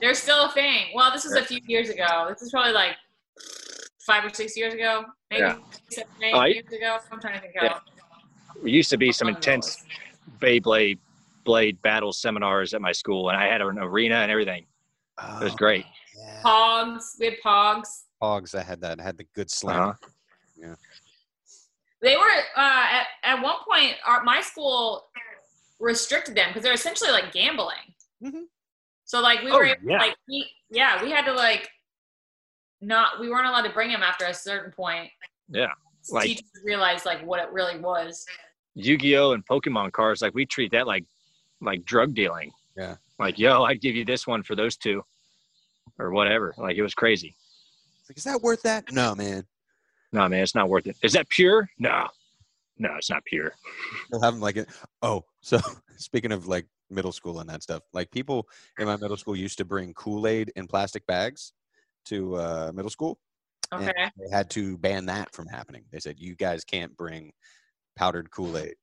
[SPEAKER 5] They're still a thing. Well, this was a few years ago. This is probably like five or six years ago, maybe
[SPEAKER 3] Yeah.
[SPEAKER 5] seven, eight
[SPEAKER 3] Oh, I-
[SPEAKER 5] years ago. I'm trying to think how.
[SPEAKER 3] There used to be some
[SPEAKER 5] long ago it
[SPEAKER 3] intense
[SPEAKER 5] was.
[SPEAKER 3] Beyblade blade battle seminars at my school, and I had an arena and everything. It was
[SPEAKER 4] Oh,
[SPEAKER 3] great.
[SPEAKER 4] yeah.
[SPEAKER 5] Pogs. We had Pogs.
[SPEAKER 4] Pogs? I had that. I had the good slam.
[SPEAKER 3] Uh-huh.
[SPEAKER 5] they were uh, at, at one point our, my school restricted them because they're essentially like gambling
[SPEAKER 4] Mhm.
[SPEAKER 5] so like we
[SPEAKER 3] Mm-hmm. Oh,
[SPEAKER 5] were able to,
[SPEAKER 3] yeah.
[SPEAKER 5] like we, yeah we had to like not we weren't allowed to bring them after a certain point
[SPEAKER 3] Yeah, like-
[SPEAKER 5] teachers realized like what it really was
[SPEAKER 3] Yu-Gi-Oh and Pokemon cards, like we treat that like like drug dealing.
[SPEAKER 4] Yeah.
[SPEAKER 3] Like, yo, I'd give you this one for those two, or whatever. Like it was crazy.
[SPEAKER 4] It's like, is that worth that? No, man.
[SPEAKER 3] No, man, it's not worth it. Is that pure? No, no, it's not pure.
[SPEAKER 4] They'll have them like it. Oh, so speaking of like middle school and that stuff, like people in my middle school used to bring Kool Aid in plastic bags to uh, middle school.
[SPEAKER 5] okay
[SPEAKER 4] They had to ban that from happening. They said you guys can't bring powdered Kool Aid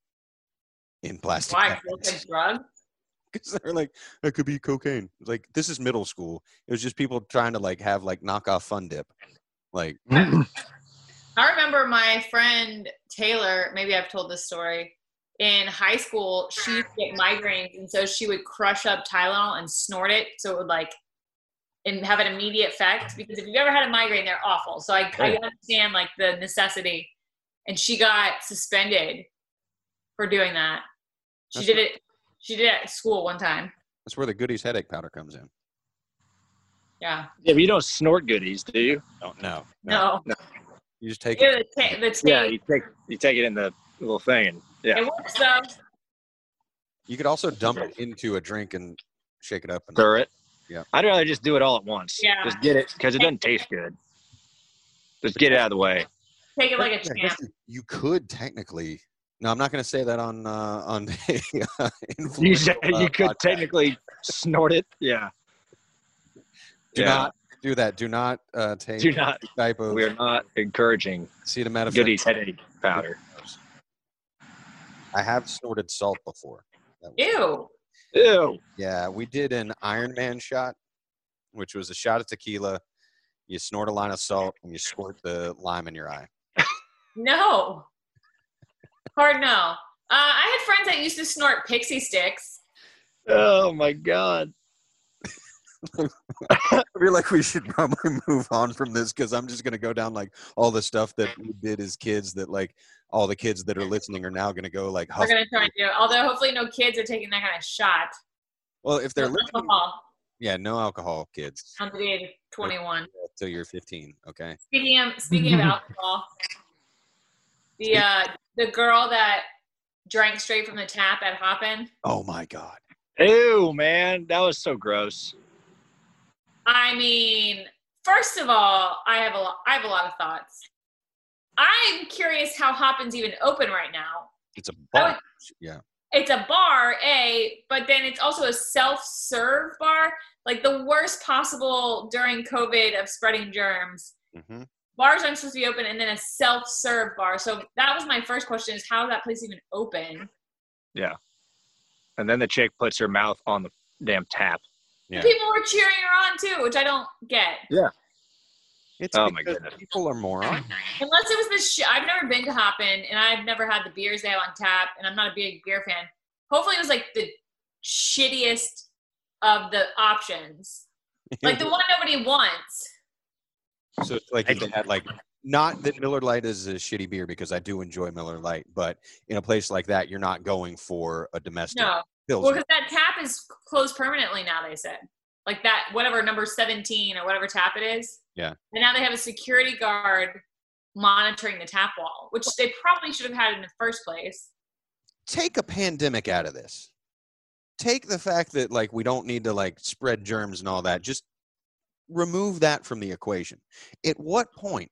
[SPEAKER 4] in plastic
[SPEAKER 5] why 'Cause
[SPEAKER 4] bags
[SPEAKER 5] it's a drug
[SPEAKER 4] because they're like that could be cocaine. It's Like this is middle school. It was just people trying to like have like knockoff Fun Dip. Like
[SPEAKER 5] I remember my friend Taylor, maybe I've told this story. In high school, she would get migraines, and so she would crush up Tylenol and snort it so it would like and have an immediate effect. Because if you've ever had a migraine, they're awful. So I, I understand like the necessity. And she got suspended for doing that. She
[SPEAKER 4] That's
[SPEAKER 5] did it. She did it at school one time.
[SPEAKER 4] that's where the goodies headache powder comes in.
[SPEAKER 5] Yeah.
[SPEAKER 3] Yeah, but you don't snort goodies, do you?
[SPEAKER 4] No, no, no.
[SPEAKER 5] No.
[SPEAKER 4] You just take it.
[SPEAKER 5] Ew, the ta- the taste.
[SPEAKER 3] Yeah, you take you take it in the little thing, and yeah,
[SPEAKER 5] It works though.
[SPEAKER 4] You could also dump it into a drink and shake it up. And
[SPEAKER 3] stir it.
[SPEAKER 4] Yeah.
[SPEAKER 3] I'd rather just do it all at once.
[SPEAKER 5] Yeah.
[SPEAKER 3] Just get it because it doesn't taste good. Just get it out of the way.
[SPEAKER 5] Take it like a
[SPEAKER 4] Yeah,
[SPEAKER 5] champ.
[SPEAKER 4] You could technically. No, I'm not going to say that on uh, on the uh,
[SPEAKER 3] You said
[SPEAKER 4] influential, uh,
[SPEAKER 3] you could
[SPEAKER 4] podcast.
[SPEAKER 3] technically snort it. Yeah.
[SPEAKER 4] do
[SPEAKER 3] Yeah.
[SPEAKER 4] not do that. Do not uh, take
[SPEAKER 3] Do not.
[SPEAKER 4] any type of
[SPEAKER 3] We are not encouraging
[SPEAKER 4] acetaminophen.
[SPEAKER 3] goodies headache powder.
[SPEAKER 4] I have snorted salt before. That was-
[SPEAKER 5] Ew.
[SPEAKER 3] Ew.
[SPEAKER 4] Yeah, we did an Iron Man shot, which was a shot of tequila. You snort a line of salt and you squirt the lime in your eye.
[SPEAKER 5] No. Hard no. Uh, I had friends that used to snort pixie sticks.
[SPEAKER 3] Oh my god.
[SPEAKER 4] I feel like we should probably move on from this because I'm just going to go down like all the stuff that we did as kids that like all the kids that are listening are now going to go like
[SPEAKER 5] We're
[SPEAKER 4] huff.
[SPEAKER 5] gonna try and do. it. Although hopefully no kids are taking that kind of shot.
[SPEAKER 4] Well, if they're
[SPEAKER 5] No
[SPEAKER 4] listening,
[SPEAKER 5] alcohol
[SPEAKER 4] yeah, no alcohol, kids, uh,
[SPEAKER 5] under the age of 21.
[SPEAKER 4] till you're 15. Okay.
[SPEAKER 5] Speaking of speaking of alcohol, the uh, the girl that drank straight from the tap at Hoppin.
[SPEAKER 4] Oh my God.
[SPEAKER 3] Ew, man. That was so gross.
[SPEAKER 5] I mean, first of all, I have a lot, I have a lot of thoughts. I'm curious how Hoppin's even open right now.
[SPEAKER 4] It's a
[SPEAKER 5] I
[SPEAKER 4] bar.
[SPEAKER 5] would-
[SPEAKER 4] Yeah.
[SPEAKER 5] It's a bar, a, but then it's also a self-serve bar, like the worst possible during COVID of spreading germs.
[SPEAKER 4] Mm-hmm.
[SPEAKER 5] Bars aren't supposed to be open, and then a self-serve bar. So that was my first question: is how is that place even open?
[SPEAKER 3] And then the chick puts her mouth on the damn tap.
[SPEAKER 4] Yeah.
[SPEAKER 5] People were cheering her on too, which I don't get.
[SPEAKER 4] It's
[SPEAKER 3] Oh my
[SPEAKER 4] because
[SPEAKER 3] goodness.
[SPEAKER 4] People are morons.
[SPEAKER 5] Unless it was the sh- I've never been to Hoppin, and I've never had the beers they have on tap, and I'm not a big beer fan. Hopefully, it was like the shittiest of the options, like the one nobody wants.
[SPEAKER 4] So it's like if they had like not that Miller Lite is a shitty beer because I do enjoy Miller Lite, but in a place like that, you're not going for a domestic
[SPEAKER 5] No, well,
[SPEAKER 4] pilsner.
[SPEAKER 5] because that tap is closed permanently now. They said, like that whatever number seventeen or whatever tap it is.
[SPEAKER 4] Yeah.
[SPEAKER 5] And now they have a security guard monitoring the tap wall, which they probably should have had in the first place.
[SPEAKER 4] Take a pandemic out of this. Take the fact that like we don't need to like spread germs and all that. Just remove that from the equation. At what point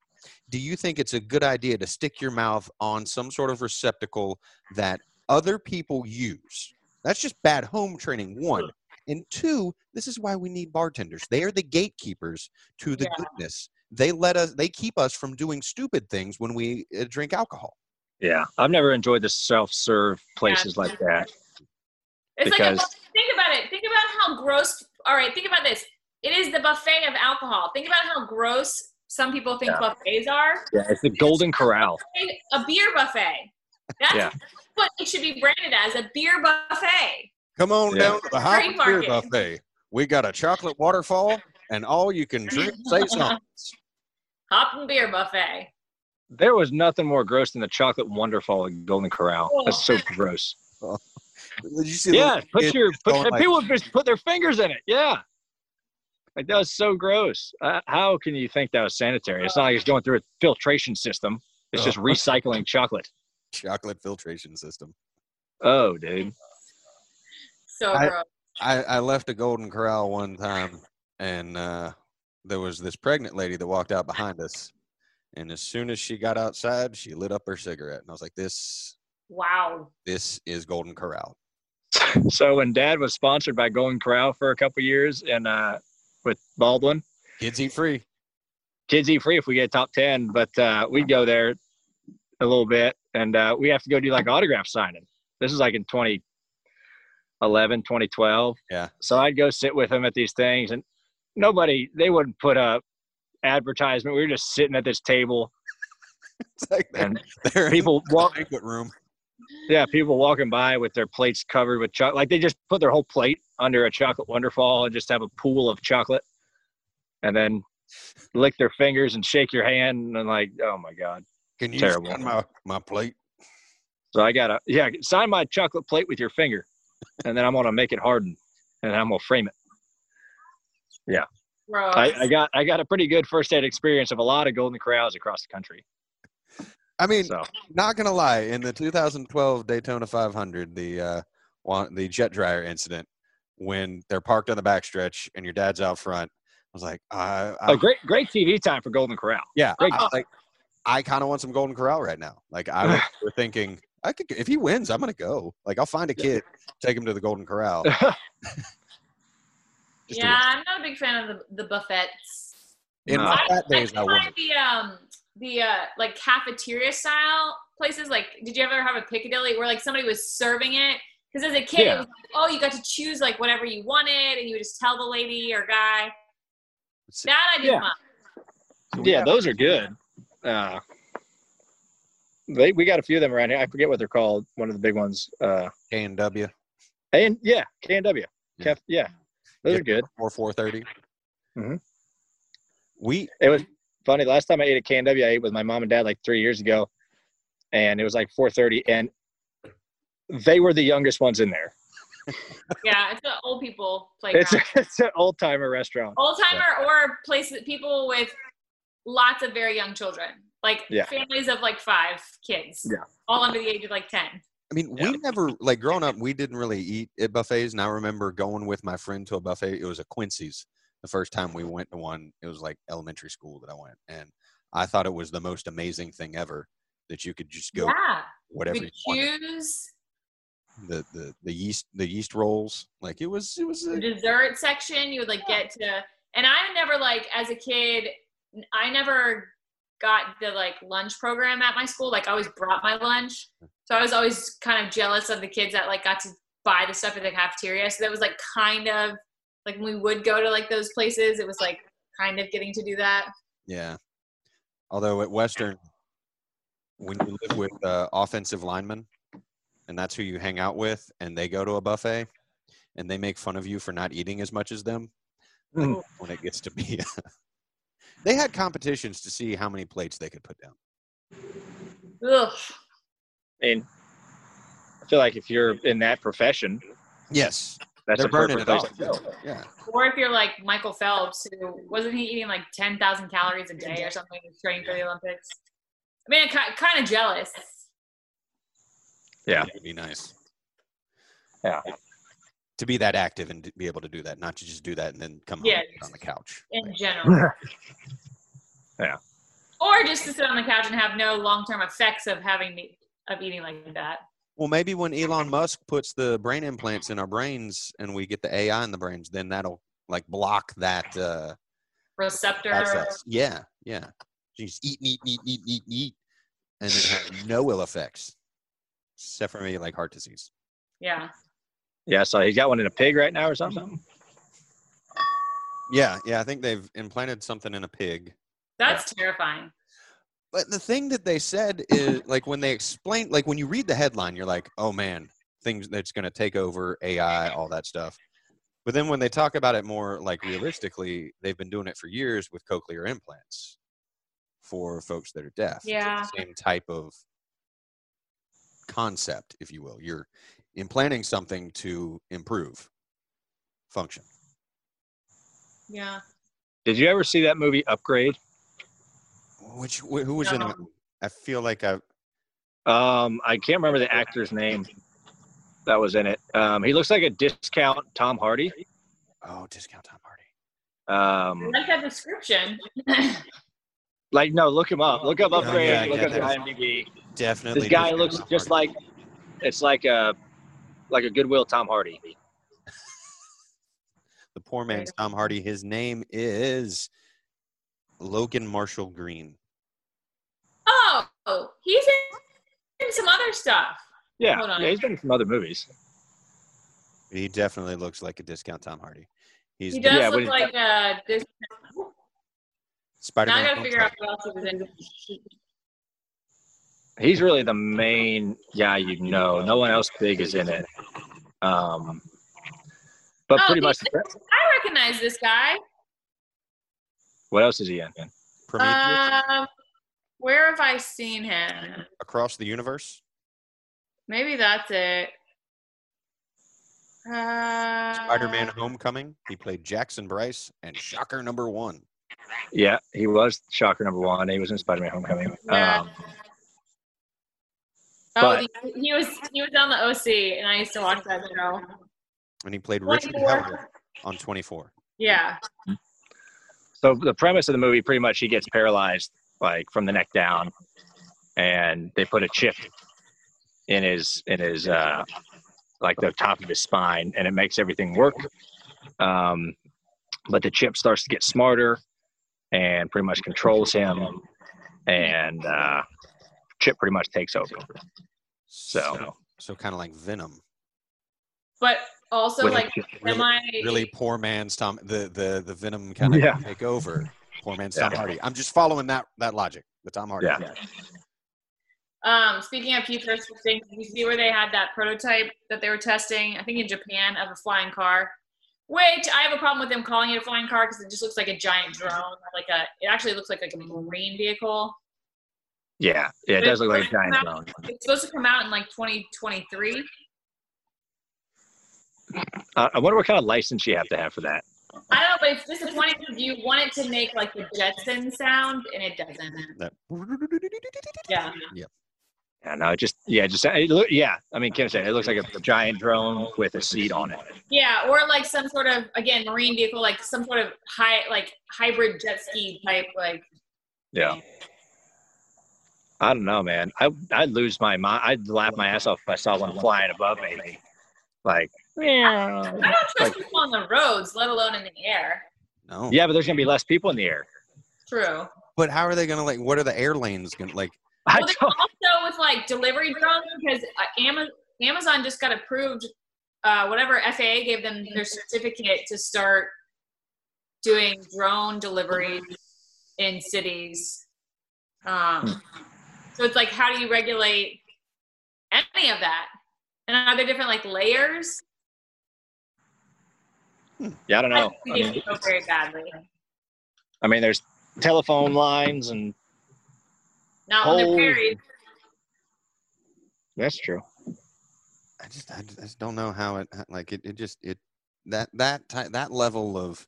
[SPEAKER 4] do you think it's a good idea to stick your mouth on some sort of receptacle that other people use? That's just bad home training, one. And two, this is why we need bartenders. They are the gatekeepers to the goodness. They let us, they keep us from doing stupid things when we uh, drink alcohol.
[SPEAKER 3] Yeah. I've never enjoyed the self serve places like that.
[SPEAKER 5] It's like
[SPEAKER 3] Because-
[SPEAKER 5] a, think about it. Think about how gross. All right, think about this. It is the buffet of alcohol. Think about how gross some people think buffets are.
[SPEAKER 3] Yeah. It's the Golden Corral.
[SPEAKER 5] A beer buffet. That's
[SPEAKER 3] Yeah.
[SPEAKER 5] what it should be branded as a beer buffet.
[SPEAKER 4] Come on
[SPEAKER 3] Yeah.
[SPEAKER 4] down to the hot
[SPEAKER 5] Free
[SPEAKER 4] beer
[SPEAKER 5] market.
[SPEAKER 4] buffet. We got a chocolate waterfall and all you can drink saisons.
[SPEAKER 5] Hop and beer buffet.
[SPEAKER 3] There was nothing more gross than the chocolate wonderful at Golden Corral. That's so gross.
[SPEAKER 4] Did you see
[SPEAKER 3] Yeah, put
[SPEAKER 4] it-
[SPEAKER 3] your
[SPEAKER 4] it's
[SPEAKER 3] put,
[SPEAKER 4] going
[SPEAKER 3] and
[SPEAKER 4] like-
[SPEAKER 3] people just put their fingers in it. Yeah, like that was so gross. Uh, how can you think that was sanitary? It's not like it's going through a filtration system. It's just
[SPEAKER 4] Oh.
[SPEAKER 3] recycling chocolate.
[SPEAKER 4] chocolate filtration system?
[SPEAKER 3] Oh, dude.
[SPEAKER 5] So
[SPEAKER 4] I-
[SPEAKER 5] gross.
[SPEAKER 4] I, I left a Golden Corral one time, and uh, there was this pregnant lady that walked out behind us. And as soon as she got outside, she lit up her cigarette, and I was like, "This,
[SPEAKER 5] Wow.
[SPEAKER 4] this is Golden Corral."
[SPEAKER 3] So when Dad was sponsored by Golden Corral for a couple years, and uh, with Baldwin,
[SPEAKER 4] Kids eat free.
[SPEAKER 3] kids eat free if we get top ten. But uh, we'd go there a little bit, and uh, we have to go do like autograph signing. This is like in 2011, 2012.
[SPEAKER 4] Yeah.
[SPEAKER 3] So I'd go sit with them at these things, and nobody they wouldn't put up advertisement. We were just sitting at this table,
[SPEAKER 4] It's like they're,
[SPEAKER 3] and
[SPEAKER 4] they're in
[SPEAKER 3] people
[SPEAKER 4] the
[SPEAKER 3] walk.
[SPEAKER 4] banquet room.
[SPEAKER 3] Yeah, people walking by with their plates covered with chocolate. Like they just put their whole plate under a chocolate wonderfall and just have a pool of chocolate, and then lick their fingers and shake your hand and like, oh my god.
[SPEAKER 4] Can you
[SPEAKER 3] Terrible.
[SPEAKER 4] sign my my plate?
[SPEAKER 3] So I gotta yeah, sign my chocolate plate with your finger, and then I'm gonna make it harden, and I'm gonna frame it. Yeah,
[SPEAKER 5] Gross.
[SPEAKER 3] I, I got I got a pretty good first hand experience of a lot of golden corrals across the country.
[SPEAKER 4] I mean,
[SPEAKER 3] So
[SPEAKER 4] not gonna lie, in the 2012 Daytona 500, the uh, one, the jet dryer incident, when they're parked on the backstretch and your dad's out front, I was like, uh, I,
[SPEAKER 3] oh, great great TV time for Golden Corral.
[SPEAKER 4] yeah,
[SPEAKER 3] great.
[SPEAKER 4] I, like I kind of want some Golden Corral right now. Like I was we're thinking, I could if he wins, I'm gonna go. Like I'll find a kid, take him to the Golden Corral. just a-
[SPEAKER 5] yeah, I'm not a big fan of the, the buffets.
[SPEAKER 4] In
[SPEAKER 3] No.
[SPEAKER 4] my fat days, I
[SPEAKER 5] I
[SPEAKER 4] won.
[SPEAKER 5] find the um the uh like cafeteria style places like did you ever have a Piccadilly where like somebody was serving it? Because as a kid,
[SPEAKER 3] Yeah.
[SPEAKER 5] it was like, oh, you got to choose like whatever you wanted, and you would just tell the lady or guy.
[SPEAKER 4] Let's see.
[SPEAKER 5] That I didn't
[SPEAKER 3] Yeah.
[SPEAKER 5] mind.
[SPEAKER 3] yeah, those are good. Uh, they we got a few of them around here. I forget what they're called. One of the big ones. Uh,
[SPEAKER 4] K and W
[SPEAKER 3] and yeah, K and W.
[SPEAKER 4] Yeah.
[SPEAKER 3] Caf- Yeah, those
[SPEAKER 4] Yeah.
[SPEAKER 3] are good.
[SPEAKER 4] or 4:30.
[SPEAKER 3] Mhm.
[SPEAKER 4] We
[SPEAKER 3] It was funny. Last time I ate at K and W, I ate with my mom and dad like three years ago, and it was like four thirty, and they were the youngest ones in there.
[SPEAKER 5] Yeah, it's the old people playground.
[SPEAKER 3] It's it's an old timer restaurant.
[SPEAKER 5] old timer or places people with lots of very young children, like
[SPEAKER 3] Yeah.
[SPEAKER 5] families of like five kids,
[SPEAKER 3] Yeah.
[SPEAKER 5] all under the age of like ten.
[SPEAKER 4] I mean,
[SPEAKER 3] Yeah.
[SPEAKER 4] we never like growing up. We didn't really eat at buffets, and I remember going with my friend to a buffet. It was a Quincy's the first time we went to one. It was like elementary school that I went, and I thought it was the most amazing thing ever that you could just go
[SPEAKER 5] Yeah,
[SPEAKER 4] whatever
[SPEAKER 5] the
[SPEAKER 4] you wanted.
[SPEAKER 5] cues,
[SPEAKER 4] The, the the yeast the yeast rolls like it was it was
[SPEAKER 5] the
[SPEAKER 4] a,
[SPEAKER 5] dessert section. You would like get to, and I never like as a kid, I never got the like lunch program at my school. Like I always brought my lunch, so I was always kind of jealous of the kids that like got to buy the stuff at the cafeteria. So that was like kind of like when we would go to like those places, it was like kind of getting to do that.
[SPEAKER 4] yeah. Although at Western, when you live with uh, offensive linemen, and that's who you hang out with, and they go to a buffet, and they make fun of you for not eating as much as them. like,
[SPEAKER 3] Mm.
[SPEAKER 4] when it gets to be. they had competitions to see how many plates they could put down.
[SPEAKER 5] Ugh.
[SPEAKER 3] I mean, I feel like if you're in that profession,
[SPEAKER 4] Yes.
[SPEAKER 3] that's
[SPEAKER 4] They're
[SPEAKER 3] a
[SPEAKER 4] burning
[SPEAKER 3] perfect
[SPEAKER 4] it
[SPEAKER 3] place
[SPEAKER 4] up.
[SPEAKER 3] to go.
[SPEAKER 4] Yeah.
[SPEAKER 5] Or if you're like Michael Phelps, who wasn't he eating like 10,000 calories a day or something to train for the Olympics? I mean, I'm kind of jealous.
[SPEAKER 3] Yeah.
[SPEAKER 4] It'd be nice.
[SPEAKER 3] Yeah.
[SPEAKER 4] To be that active and to be able to do that, not to just do that and then come home
[SPEAKER 5] Yeah.
[SPEAKER 4] and sit on the couch.
[SPEAKER 5] in general. yeah. Or just to sit on the couch and have no long-term effects of having me of eating like that.
[SPEAKER 4] Well, maybe when Elon Musk puts the brain implants in our brains and we get the AI in the brains, then that'll like block that uh,
[SPEAKER 5] Receptor.
[SPEAKER 4] process. Yeah. Yeah. You just eat, eat, eat, eat, eat, eat, and then have no ill effects, except for maybe like heart disease.
[SPEAKER 5] Yeah.
[SPEAKER 3] Yeah, so he's got one in a pig right now or
[SPEAKER 5] Mm-hmm.
[SPEAKER 3] something.
[SPEAKER 4] Yeah, yeah, I think they've implanted something in a pig.
[SPEAKER 5] That's terrifying.
[SPEAKER 4] But the thing that they said is like when they explain like when you read the headline you're like, "Oh man, things that's going to take over AI, all that stuff." But then when they talk about it more like realistically, they've been doing it for years with cochlear implants for folks that are deaf. It's the
[SPEAKER 5] Yeah.
[SPEAKER 4] Same type of concept, if you will. You're implanting something to improve function.
[SPEAKER 5] Yeah.
[SPEAKER 3] Did you ever see that movie Upgrade?
[SPEAKER 4] Which wh- who was in it?
[SPEAKER 5] No.
[SPEAKER 4] I feel like I
[SPEAKER 3] Um, I can't remember the actor's name that was in it. Um, he looks like a discount Tom Hardy.
[SPEAKER 4] Oh, discount Tom Hardy.
[SPEAKER 5] I
[SPEAKER 4] Mm-hmm.
[SPEAKER 3] Um,
[SPEAKER 5] like that description.
[SPEAKER 3] like no, look him up. Look up
[SPEAKER 4] Oh,
[SPEAKER 3] Upgrade.
[SPEAKER 4] yeah, I
[SPEAKER 3] look
[SPEAKER 4] get
[SPEAKER 3] up the
[SPEAKER 4] that.
[SPEAKER 3] IMDb.
[SPEAKER 4] Definitely.
[SPEAKER 3] This guy
[SPEAKER 4] discount
[SPEAKER 3] looks
[SPEAKER 4] Tom
[SPEAKER 3] just
[SPEAKER 4] Hardy.
[SPEAKER 3] like it's like a like a Goodwill Tom Hardy.
[SPEAKER 4] the poor man's Tom Hardy. His name is Logan Marshall Green.
[SPEAKER 5] oh, he's in, in some other stuff.
[SPEAKER 3] Yeah,
[SPEAKER 5] Hold on.
[SPEAKER 3] yeah, he's been in some other movies.
[SPEAKER 4] He definitely looks like a discount Tom Hardy. He's
[SPEAKER 5] He
[SPEAKER 4] the
[SPEAKER 5] does
[SPEAKER 3] yeah, what
[SPEAKER 5] look
[SPEAKER 3] is-
[SPEAKER 5] like uh, this. Now I
[SPEAKER 4] Spider-Man.
[SPEAKER 5] gotta figure out
[SPEAKER 4] Homecoming.
[SPEAKER 5] what else he was in.
[SPEAKER 3] He's really the main guy you know. No one else big is in it. Um, but
[SPEAKER 5] Oh,
[SPEAKER 3] pretty
[SPEAKER 5] he-
[SPEAKER 3] much,
[SPEAKER 5] I recognize this guy.
[SPEAKER 3] what else is he in?
[SPEAKER 4] Prometheus
[SPEAKER 5] Um, where have I seen him?
[SPEAKER 4] across the universe.
[SPEAKER 5] Maybe that's it. Uh,
[SPEAKER 4] Spider-Man: Homecoming. He played Jackson Bryce and Shocker Number One.
[SPEAKER 3] Yeah, he was shocker number one. He was in Spider Man Homecoming.
[SPEAKER 5] Yeah.
[SPEAKER 3] Um,
[SPEAKER 5] Oh,
[SPEAKER 3] but-
[SPEAKER 5] the- he was he was on the OC, and I used to watch that show.
[SPEAKER 4] And he played Richard
[SPEAKER 5] 24.
[SPEAKER 4] Howard on 24.
[SPEAKER 5] Yeah,
[SPEAKER 3] so the premise of the movie pretty much he gets paralyzed like from the neck down and they put a chip in his in his uh like the top of his spine and it makes everything work um but the chip starts to get smarter and pretty much controls him and uh chip pretty much takes over so
[SPEAKER 4] so kind of like Venom.
[SPEAKER 5] but also
[SPEAKER 3] With a
[SPEAKER 5] like, am
[SPEAKER 4] Really,
[SPEAKER 5] I
[SPEAKER 4] really poor man's Tom. The the the Venom kind of
[SPEAKER 3] Yeah.
[SPEAKER 4] take over. Poor man's Tom
[SPEAKER 3] Yeah.
[SPEAKER 4] Hardy. I'm just following that that logic. The Tom Hardy.
[SPEAKER 3] Yeah.
[SPEAKER 5] Um, speaking of futuristic things, did you see where they had that prototype that they were testing? I think in Japan of a flying car, which I have a problem with them calling it a flying car because it just looks like a giant drone, or like a. It actually looks like like a marine vehicle.
[SPEAKER 3] yeah yeah it does look like a giant drone
[SPEAKER 5] It's supposed to come out in like 2023.
[SPEAKER 3] uh, i wonder what kind of license you have to have for that
[SPEAKER 5] I don't know, but it's disappointing because you want it to make like the Jetson sound and it doesn't.
[SPEAKER 4] That-
[SPEAKER 5] Yeah.
[SPEAKER 3] Yeah, no, it just yeah, just it look, yeah. I mean, Kim said it looks like a giant drone with a seat on it.
[SPEAKER 5] Yeah, or like some sort of again marine vehicle, like some sort of high like hybrid jet ski type like.
[SPEAKER 3] Yeah. I don't know, man. I I'd lose my mind. I'd laugh my ass off if I saw one flying above me. Like,
[SPEAKER 5] I don't trust people on the roads, let alone in the air.
[SPEAKER 4] No.
[SPEAKER 3] yeah, but there's gonna be less people in the air.
[SPEAKER 5] True.
[SPEAKER 4] But how are they gonna like? What are the air lanes gonna like?
[SPEAKER 3] I
[SPEAKER 5] Well, there's
[SPEAKER 3] don't,
[SPEAKER 5] also with like delivery drones because uh, Ama- Amazon just got approved. Uh, whatever FAA gave them their certificate to start doing drone deliveries in cities. Um, so it's like, how do you regulate any of that? And are there different like layers?
[SPEAKER 3] yeah, I don't know. I
[SPEAKER 5] I think
[SPEAKER 3] mean,
[SPEAKER 5] it's so very badly.
[SPEAKER 3] I mean, there's telephone lines, and
[SPEAKER 5] Not when they're
[SPEAKER 3] Holy-
[SPEAKER 5] buried.
[SPEAKER 3] that's true.
[SPEAKER 4] I just I just I just don't know how it how- like it, it just it that that ty- that level of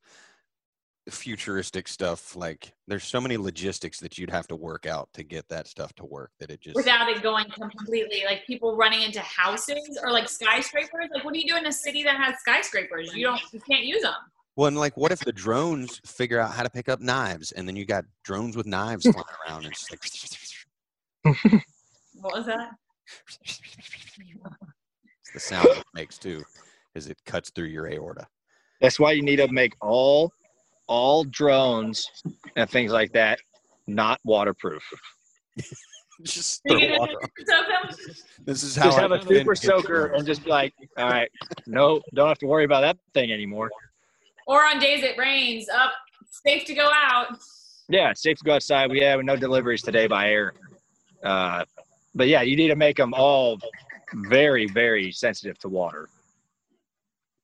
[SPEAKER 4] futuristic stuff like there's so many logistics that you'd have to work out to get that stuff to work that it just
[SPEAKER 5] without it going completely like people running into houses or like skyscrapers like what do you do in a city that has skyscrapers you don't you can't use them
[SPEAKER 4] well and like what if the drones figure out how to pick up knives and then you got drones with knives flying around and it's just
[SPEAKER 5] what was that
[SPEAKER 4] like it's the sound it makes too is it cuts through your aorta
[SPEAKER 3] That's why you need to make all all drones and things like that not waterproof.
[SPEAKER 4] just
[SPEAKER 5] Are
[SPEAKER 4] throw
[SPEAKER 5] you gonna
[SPEAKER 4] water on.
[SPEAKER 5] so come-
[SPEAKER 4] this is how
[SPEAKER 3] just have
[SPEAKER 4] I
[SPEAKER 3] a super
[SPEAKER 4] get
[SPEAKER 3] soaker
[SPEAKER 4] drones.
[SPEAKER 3] and just be like, all right, no, don't have to worry about that thing anymore.
[SPEAKER 5] or on days it rains up safe to go out
[SPEAKER 3] Yeah, it's safe to go outside. We have no deliveries today by air. Uh, but yeah, you need to make them all very, very sensitive to water.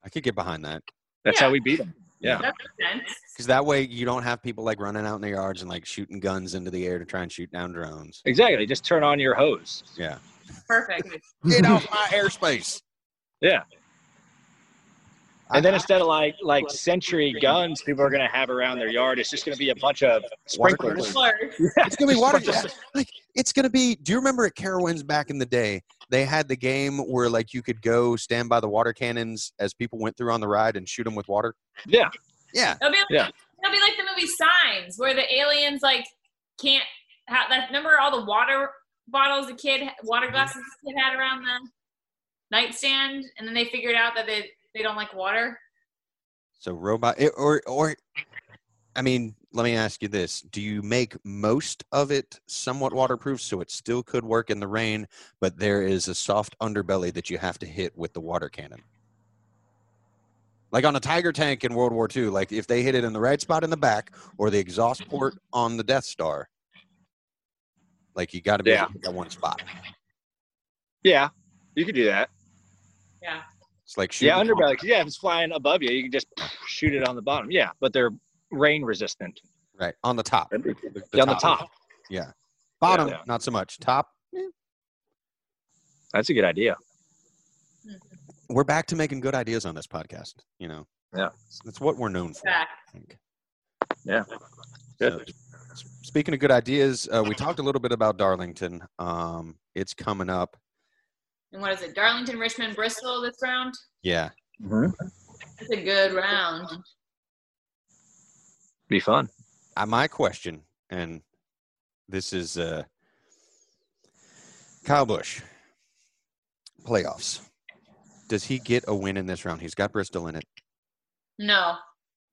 [SPEAKER 4] I could get behind that
[SPEAKER 3] That's
[SPEAKER 5] Yeah.
[SPEAKER 3] how we beat them. Yeah.
[SPEAKER 5] that makes sense
[SPEAKER 4] Because that way you don't have people like running out in the yards and like shooting guns into the air to try and shoot down drones.
[SPEAKER 3] Exactly. Just turn on your hose.
[SPEAKER 4] Yeah.
[SPEAKER 5] perfect
[SPEAKER 4] Get off my airspace.
[SPEAKER 3] Yeah.
[SPEAKER 4] I-
[SPEAKER 3] And then instead of like like century guns people are gonna have around their yard, it's just gonna be a bunch of
[SPEAKER 4] Water
[SPEAKER 3] sprinklers.
[SPEAKER 5] Splurge.
[SPEAKER 4] it's gonna be water.
[SPEAKER 3] Just-
[SPEAKER 4] Like it's gonna be. Do you remember at Carowinds back in the day? They had the game where like you could go stand by the water cannons as people went through on the ride and shoot them with water.
[SPEAKER 3] Yeah.
[SPEAKER 4] Yeah,
[SPEAKER 5] it'll be like,
[SPEAKER 3] Yeah.
[SPEAKER 5] it'll be like the movie signs where the aliens like can't have that remember all the water bottles the kid water glasses the kid had around the nightstand and then they figured out that they they don't like water
[SPEAKER 4] So robot it- or or I mean, let me ask you this. Do you make most of it somewhat waterproof so it still could work in the rain, but there is a soft underbelly that you have to hit with the water cannon? Like on a Tiger tank in World War II, like if they hit it in the right spot in the back or the exhaust port on the Death Star, like you got to be
[SPEAKER 3] Yeah.
[SPEAKER 4] able to hit that one spot.
[SPEAKER 3] Yeah. You could do that.
[SPEAKER 4] It's like shooting.
[SPEAKER 3] Yeah, underbelly. 'cause, Yeah, if it's flying above you, you can just shoot it on the bottom. Yeah, but they're rain resistant.
[SPEAKER 4] Right on the top.
[SPEAKER 3] That'd be-
[SPEAKER 4] The,
[SPEAKER 3] on the top.
[SPEAKER 4] Bottom,
[SPEAKER 3] Yeah.
[SPEAKER 4] not so much. Top,
[SPEAKER 3] That's a good idea.
[SPEAKER 4] we're back to making good ideas on this podcast. You know.
[SPEAKER 3] Yeah.
[SPEAKER 4] That's what we're known for.
[SPEAKER 5] Back.
[SPEAKER 4] I think.
[SPEAKER 3] Yeah.
[SPEAKER 4] So, s- speaking of good ideas, uh, we talked a little bit about Darlington. Um, it's coming up.
[SPEAKER 5] And what is it? Darlington, Richmond, Bristol this round?
[SPEAKER 4] Yeah.
[SPEAKER 3] Mm-hmm.
[SPEAKER 5] That's a good round.
[SPEAKER 3] Be fun.
[SPEAKER 4] Uh, my question, and this is uh, Kyle Bush playoffs. Does he get a win in this round? He's got Bristol in it.
[SPEAKER 5] No.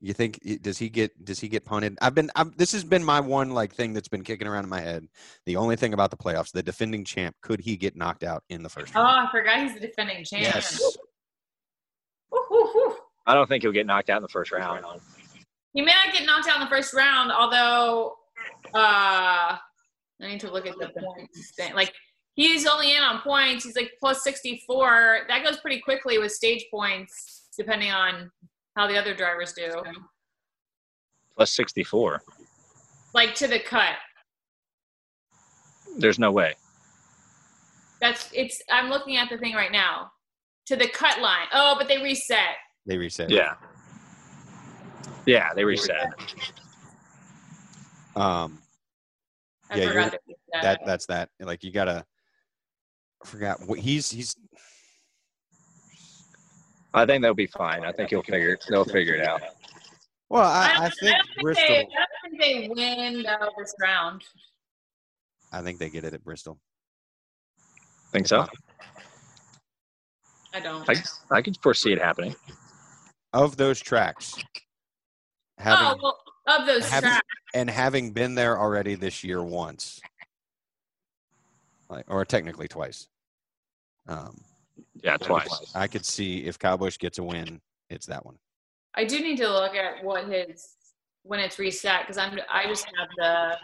[SPEAKER 4] You think i- does he get does he get punted? I've been I've, this has been my one like thing that's been kicking around in my head. The only thing about the playoffs, the defending champ, could he get knocked out in the first
[SPEAKER 5] Oh,
[SPEAKER 4] round?
[SPEAKER 5] I forgot he's the defending champion.
[SPEAKER 4] Yes.
[SPEAKER 5] Woo, woo, woo.
[SPEAKER 3] I don't think he'll get knocked out in the first round.
[SPEAKER 5] He may not get knocked out in the first round, although uh, I need to look at the points thing. Like he's only in on points. He's like plus sixty four. That goes pretty quickly with stage points, depending on how the other drivers do.
[SPEAKER 3] Plus 64.
[SPEAKER 5] Like to the cut.
[SPEAKER 3] There's no way.
[SPEAKER 5] That's it's. I'm looking at the thing right now. To the cut line. Oh, but they reset.
[SPEAKER 4] They reset.
[SPEAKER 3] Yeah. Yeah, they reset.
[SPEAKER 4] Um,
[SPEAKER 5] I
[SPEAKER 4] Yeah, you're-
[SPEAKER 5] forgot they reset.
[SPEAKER 4] that that's that. Like you gotta. I forgot what he's he's
[SPEAKER 3] I think they'll be fine. I think he'll figure it. They'll figure it out.
[SPEAKER 4] Well,
[SPEAKER 5] I don't,
[SPEAKER 4] I, I think
[SPEAKER 5] I don't think
[SPEAKER 4] Bristol.
[SPEAKER 5] they. I don't think they win though this round.
[SPEAKER 4] I think they get it at Bristol.
[SPEAKER 3] Think so?
[SPEAKER 5] I don't.
[SPEAKER 3] I, I can foresee it happening.
[SPEAKER 4] Of those tracks, having
[SPEAKER 5] oh, well, of those
[SPEAKER 4] having-
[SPEAKER 5] tracks.
[SPEAKER 4] and having been there already this year once, like, or technically twice, um,
[SPEAKER 3] Yeah, twice.
[SPEAKER 4] I could see if Kyle Busch gets a win, it's that one.
[SPEAKER 5] I do need to look at what his when it's reset because I'm I just have the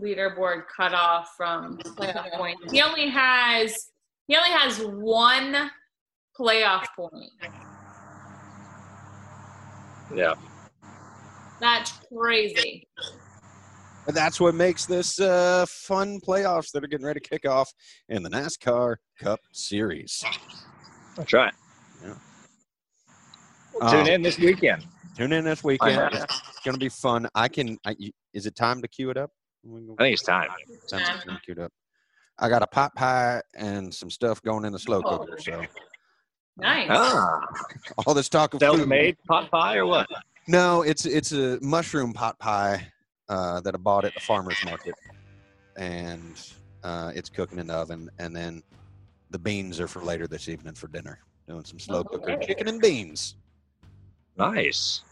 [SPEAKER 5] leaderboard cut off from playoff points. He only has he only has one playoff point.
[SPEAKER 3] Yeah.
[SPEAKER 5] That's crazy.
[SPEAKER 4] But that's what makes this uh, fun playoffs that are getting ready to kick off in the NASCAR Cup Series.
[SPEAKER 3] That's right.
[SPEAKER 4] Yeah. Um,
[SPEAKER 3] Tune in this weekend.
[SPEAKER 4] Tune in this weekend.
[SPEAKER 3] I-
[SPEAKER 4] It's going to be fun. I can. I, you- is it time to queue it up? We can go-
[SPEAKER 3] I think it's time.
[SPEAKER 4] Sounds
[SPEAKER 5] Um,
[SPEAKER 4] like I'm queued up. I got a pot pie and some stuff going in the slow
[SPEAKER 5] Oh.
[SPEAKER 4] cooker. So
[SPEAKER 5] Nice.
[SPEAKER 3] Ah,
[SPEAKER 4] all this talk of food.
[SPEAKER 3] self-made pot pie or what?
[SPEAKER 4] No, it's it's a mushroom pot pie uh, that I bought at the farmer's market, and uh, it's cooking in the oven. And then the beans are for later this evening for dinner. Doing some slow cooker
[SPEAKER 5] Okay.
[SPEAKER 4] chicken and beans.
[SPEAKER 3] Nice.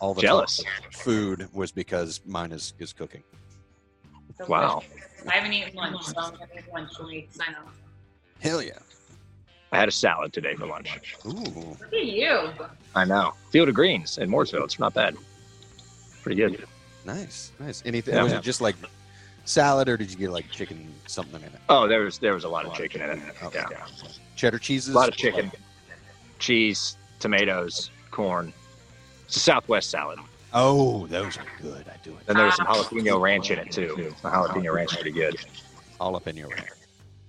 [SPEAKER 4] All the
[SPEAKER 3] Jealous.
[SPEAKER 4] talk of food was because mine is is cooking.
[SPEAKER 3] Wow.
[SPEAKER 5] I haven't eaten lunch, so I'm gonna eat lunch when we sign off.
[SPEAKER 4] Hell yeah!
[SPEAKER 3] I had a salad today for lunch.
[SPEAKER 4] Ooh,
[SPEAKER 5] Look at you.
[SPEAKER 3] I know. Field of Greens in Mooresville. It's not bad. Pretty good.
[SPEAKER 4] nice, nice. Anything?
[SPEAKER 3] Yeah.
[SPEAKER 4] was it just like salad, or did you get like chicken something in it?
[SPEAKER 3] Oh, there was there was a lot of chicken in it.
[SPEAKER 4] Okay.
[SPEAKER 3] Yeah.
[SPEAKER 4] cheddar cheeses.
[SPEAKER 3] A lot of chicken, cheese, tomatoes, corn. It's a Southwest salad.
[SPEAKER 4] Oh, those are good. I do it
[SPEAKER 3] Then there was some jalapeno ranch in it too. The Ah. jalapeno ranch is pretty good.
[SPEAKER 4] all up in your way.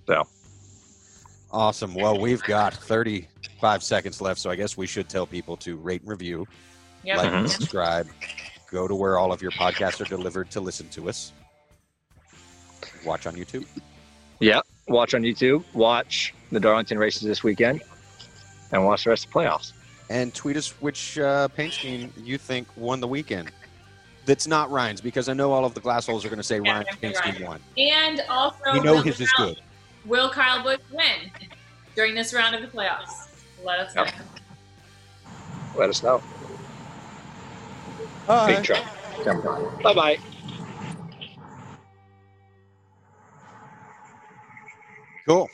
[SPEAKER 3] So.
[SPEAKER 4] Awesome. Well, we've got 35 seconds left, so I guess we should tell people to rate and review,
[SPEAKER 5] Yep.
[SPEAKER 4] like, and
[SPEAKER 3] Mhm.
[SPEAKER 4] subscribe. Go to where all of your podcasts are delivered to listen to us. Watch on YouTube.
[SPEAKER 3] Yeah. Watch on YouTube. Watch the Darlington races this weekend, and watch the rest of the playoffs.
[SPEAKER 4] and tweet us which uh, paint scheme you think won the weekend. That's not Ryan's because I know all of the glass holes are going to say
[SPEAKER 5] Yeah,
[SPEAKER 4] Ryan's
[SPEAKER 5] definitely
[SPEAKER 4] paint scheme
[SPEAKER 5] Ryan.
[SPEAKER 4] won.
[SPEAKER 5] And also,
[SPEAKER 4] We know
[SPEAKER 5] Will
[SPEAKER 4] his is
[SPEAKER 5] Kyle-
[SPEAKER 4] good.
[SPEAKER 5] Will Kyle Busch win during this round of the playoffs? Let us know.
[SPEAKER 3] Yep. Let us know. Big truck. Bye bye.
[SPEAKER 4] Cool.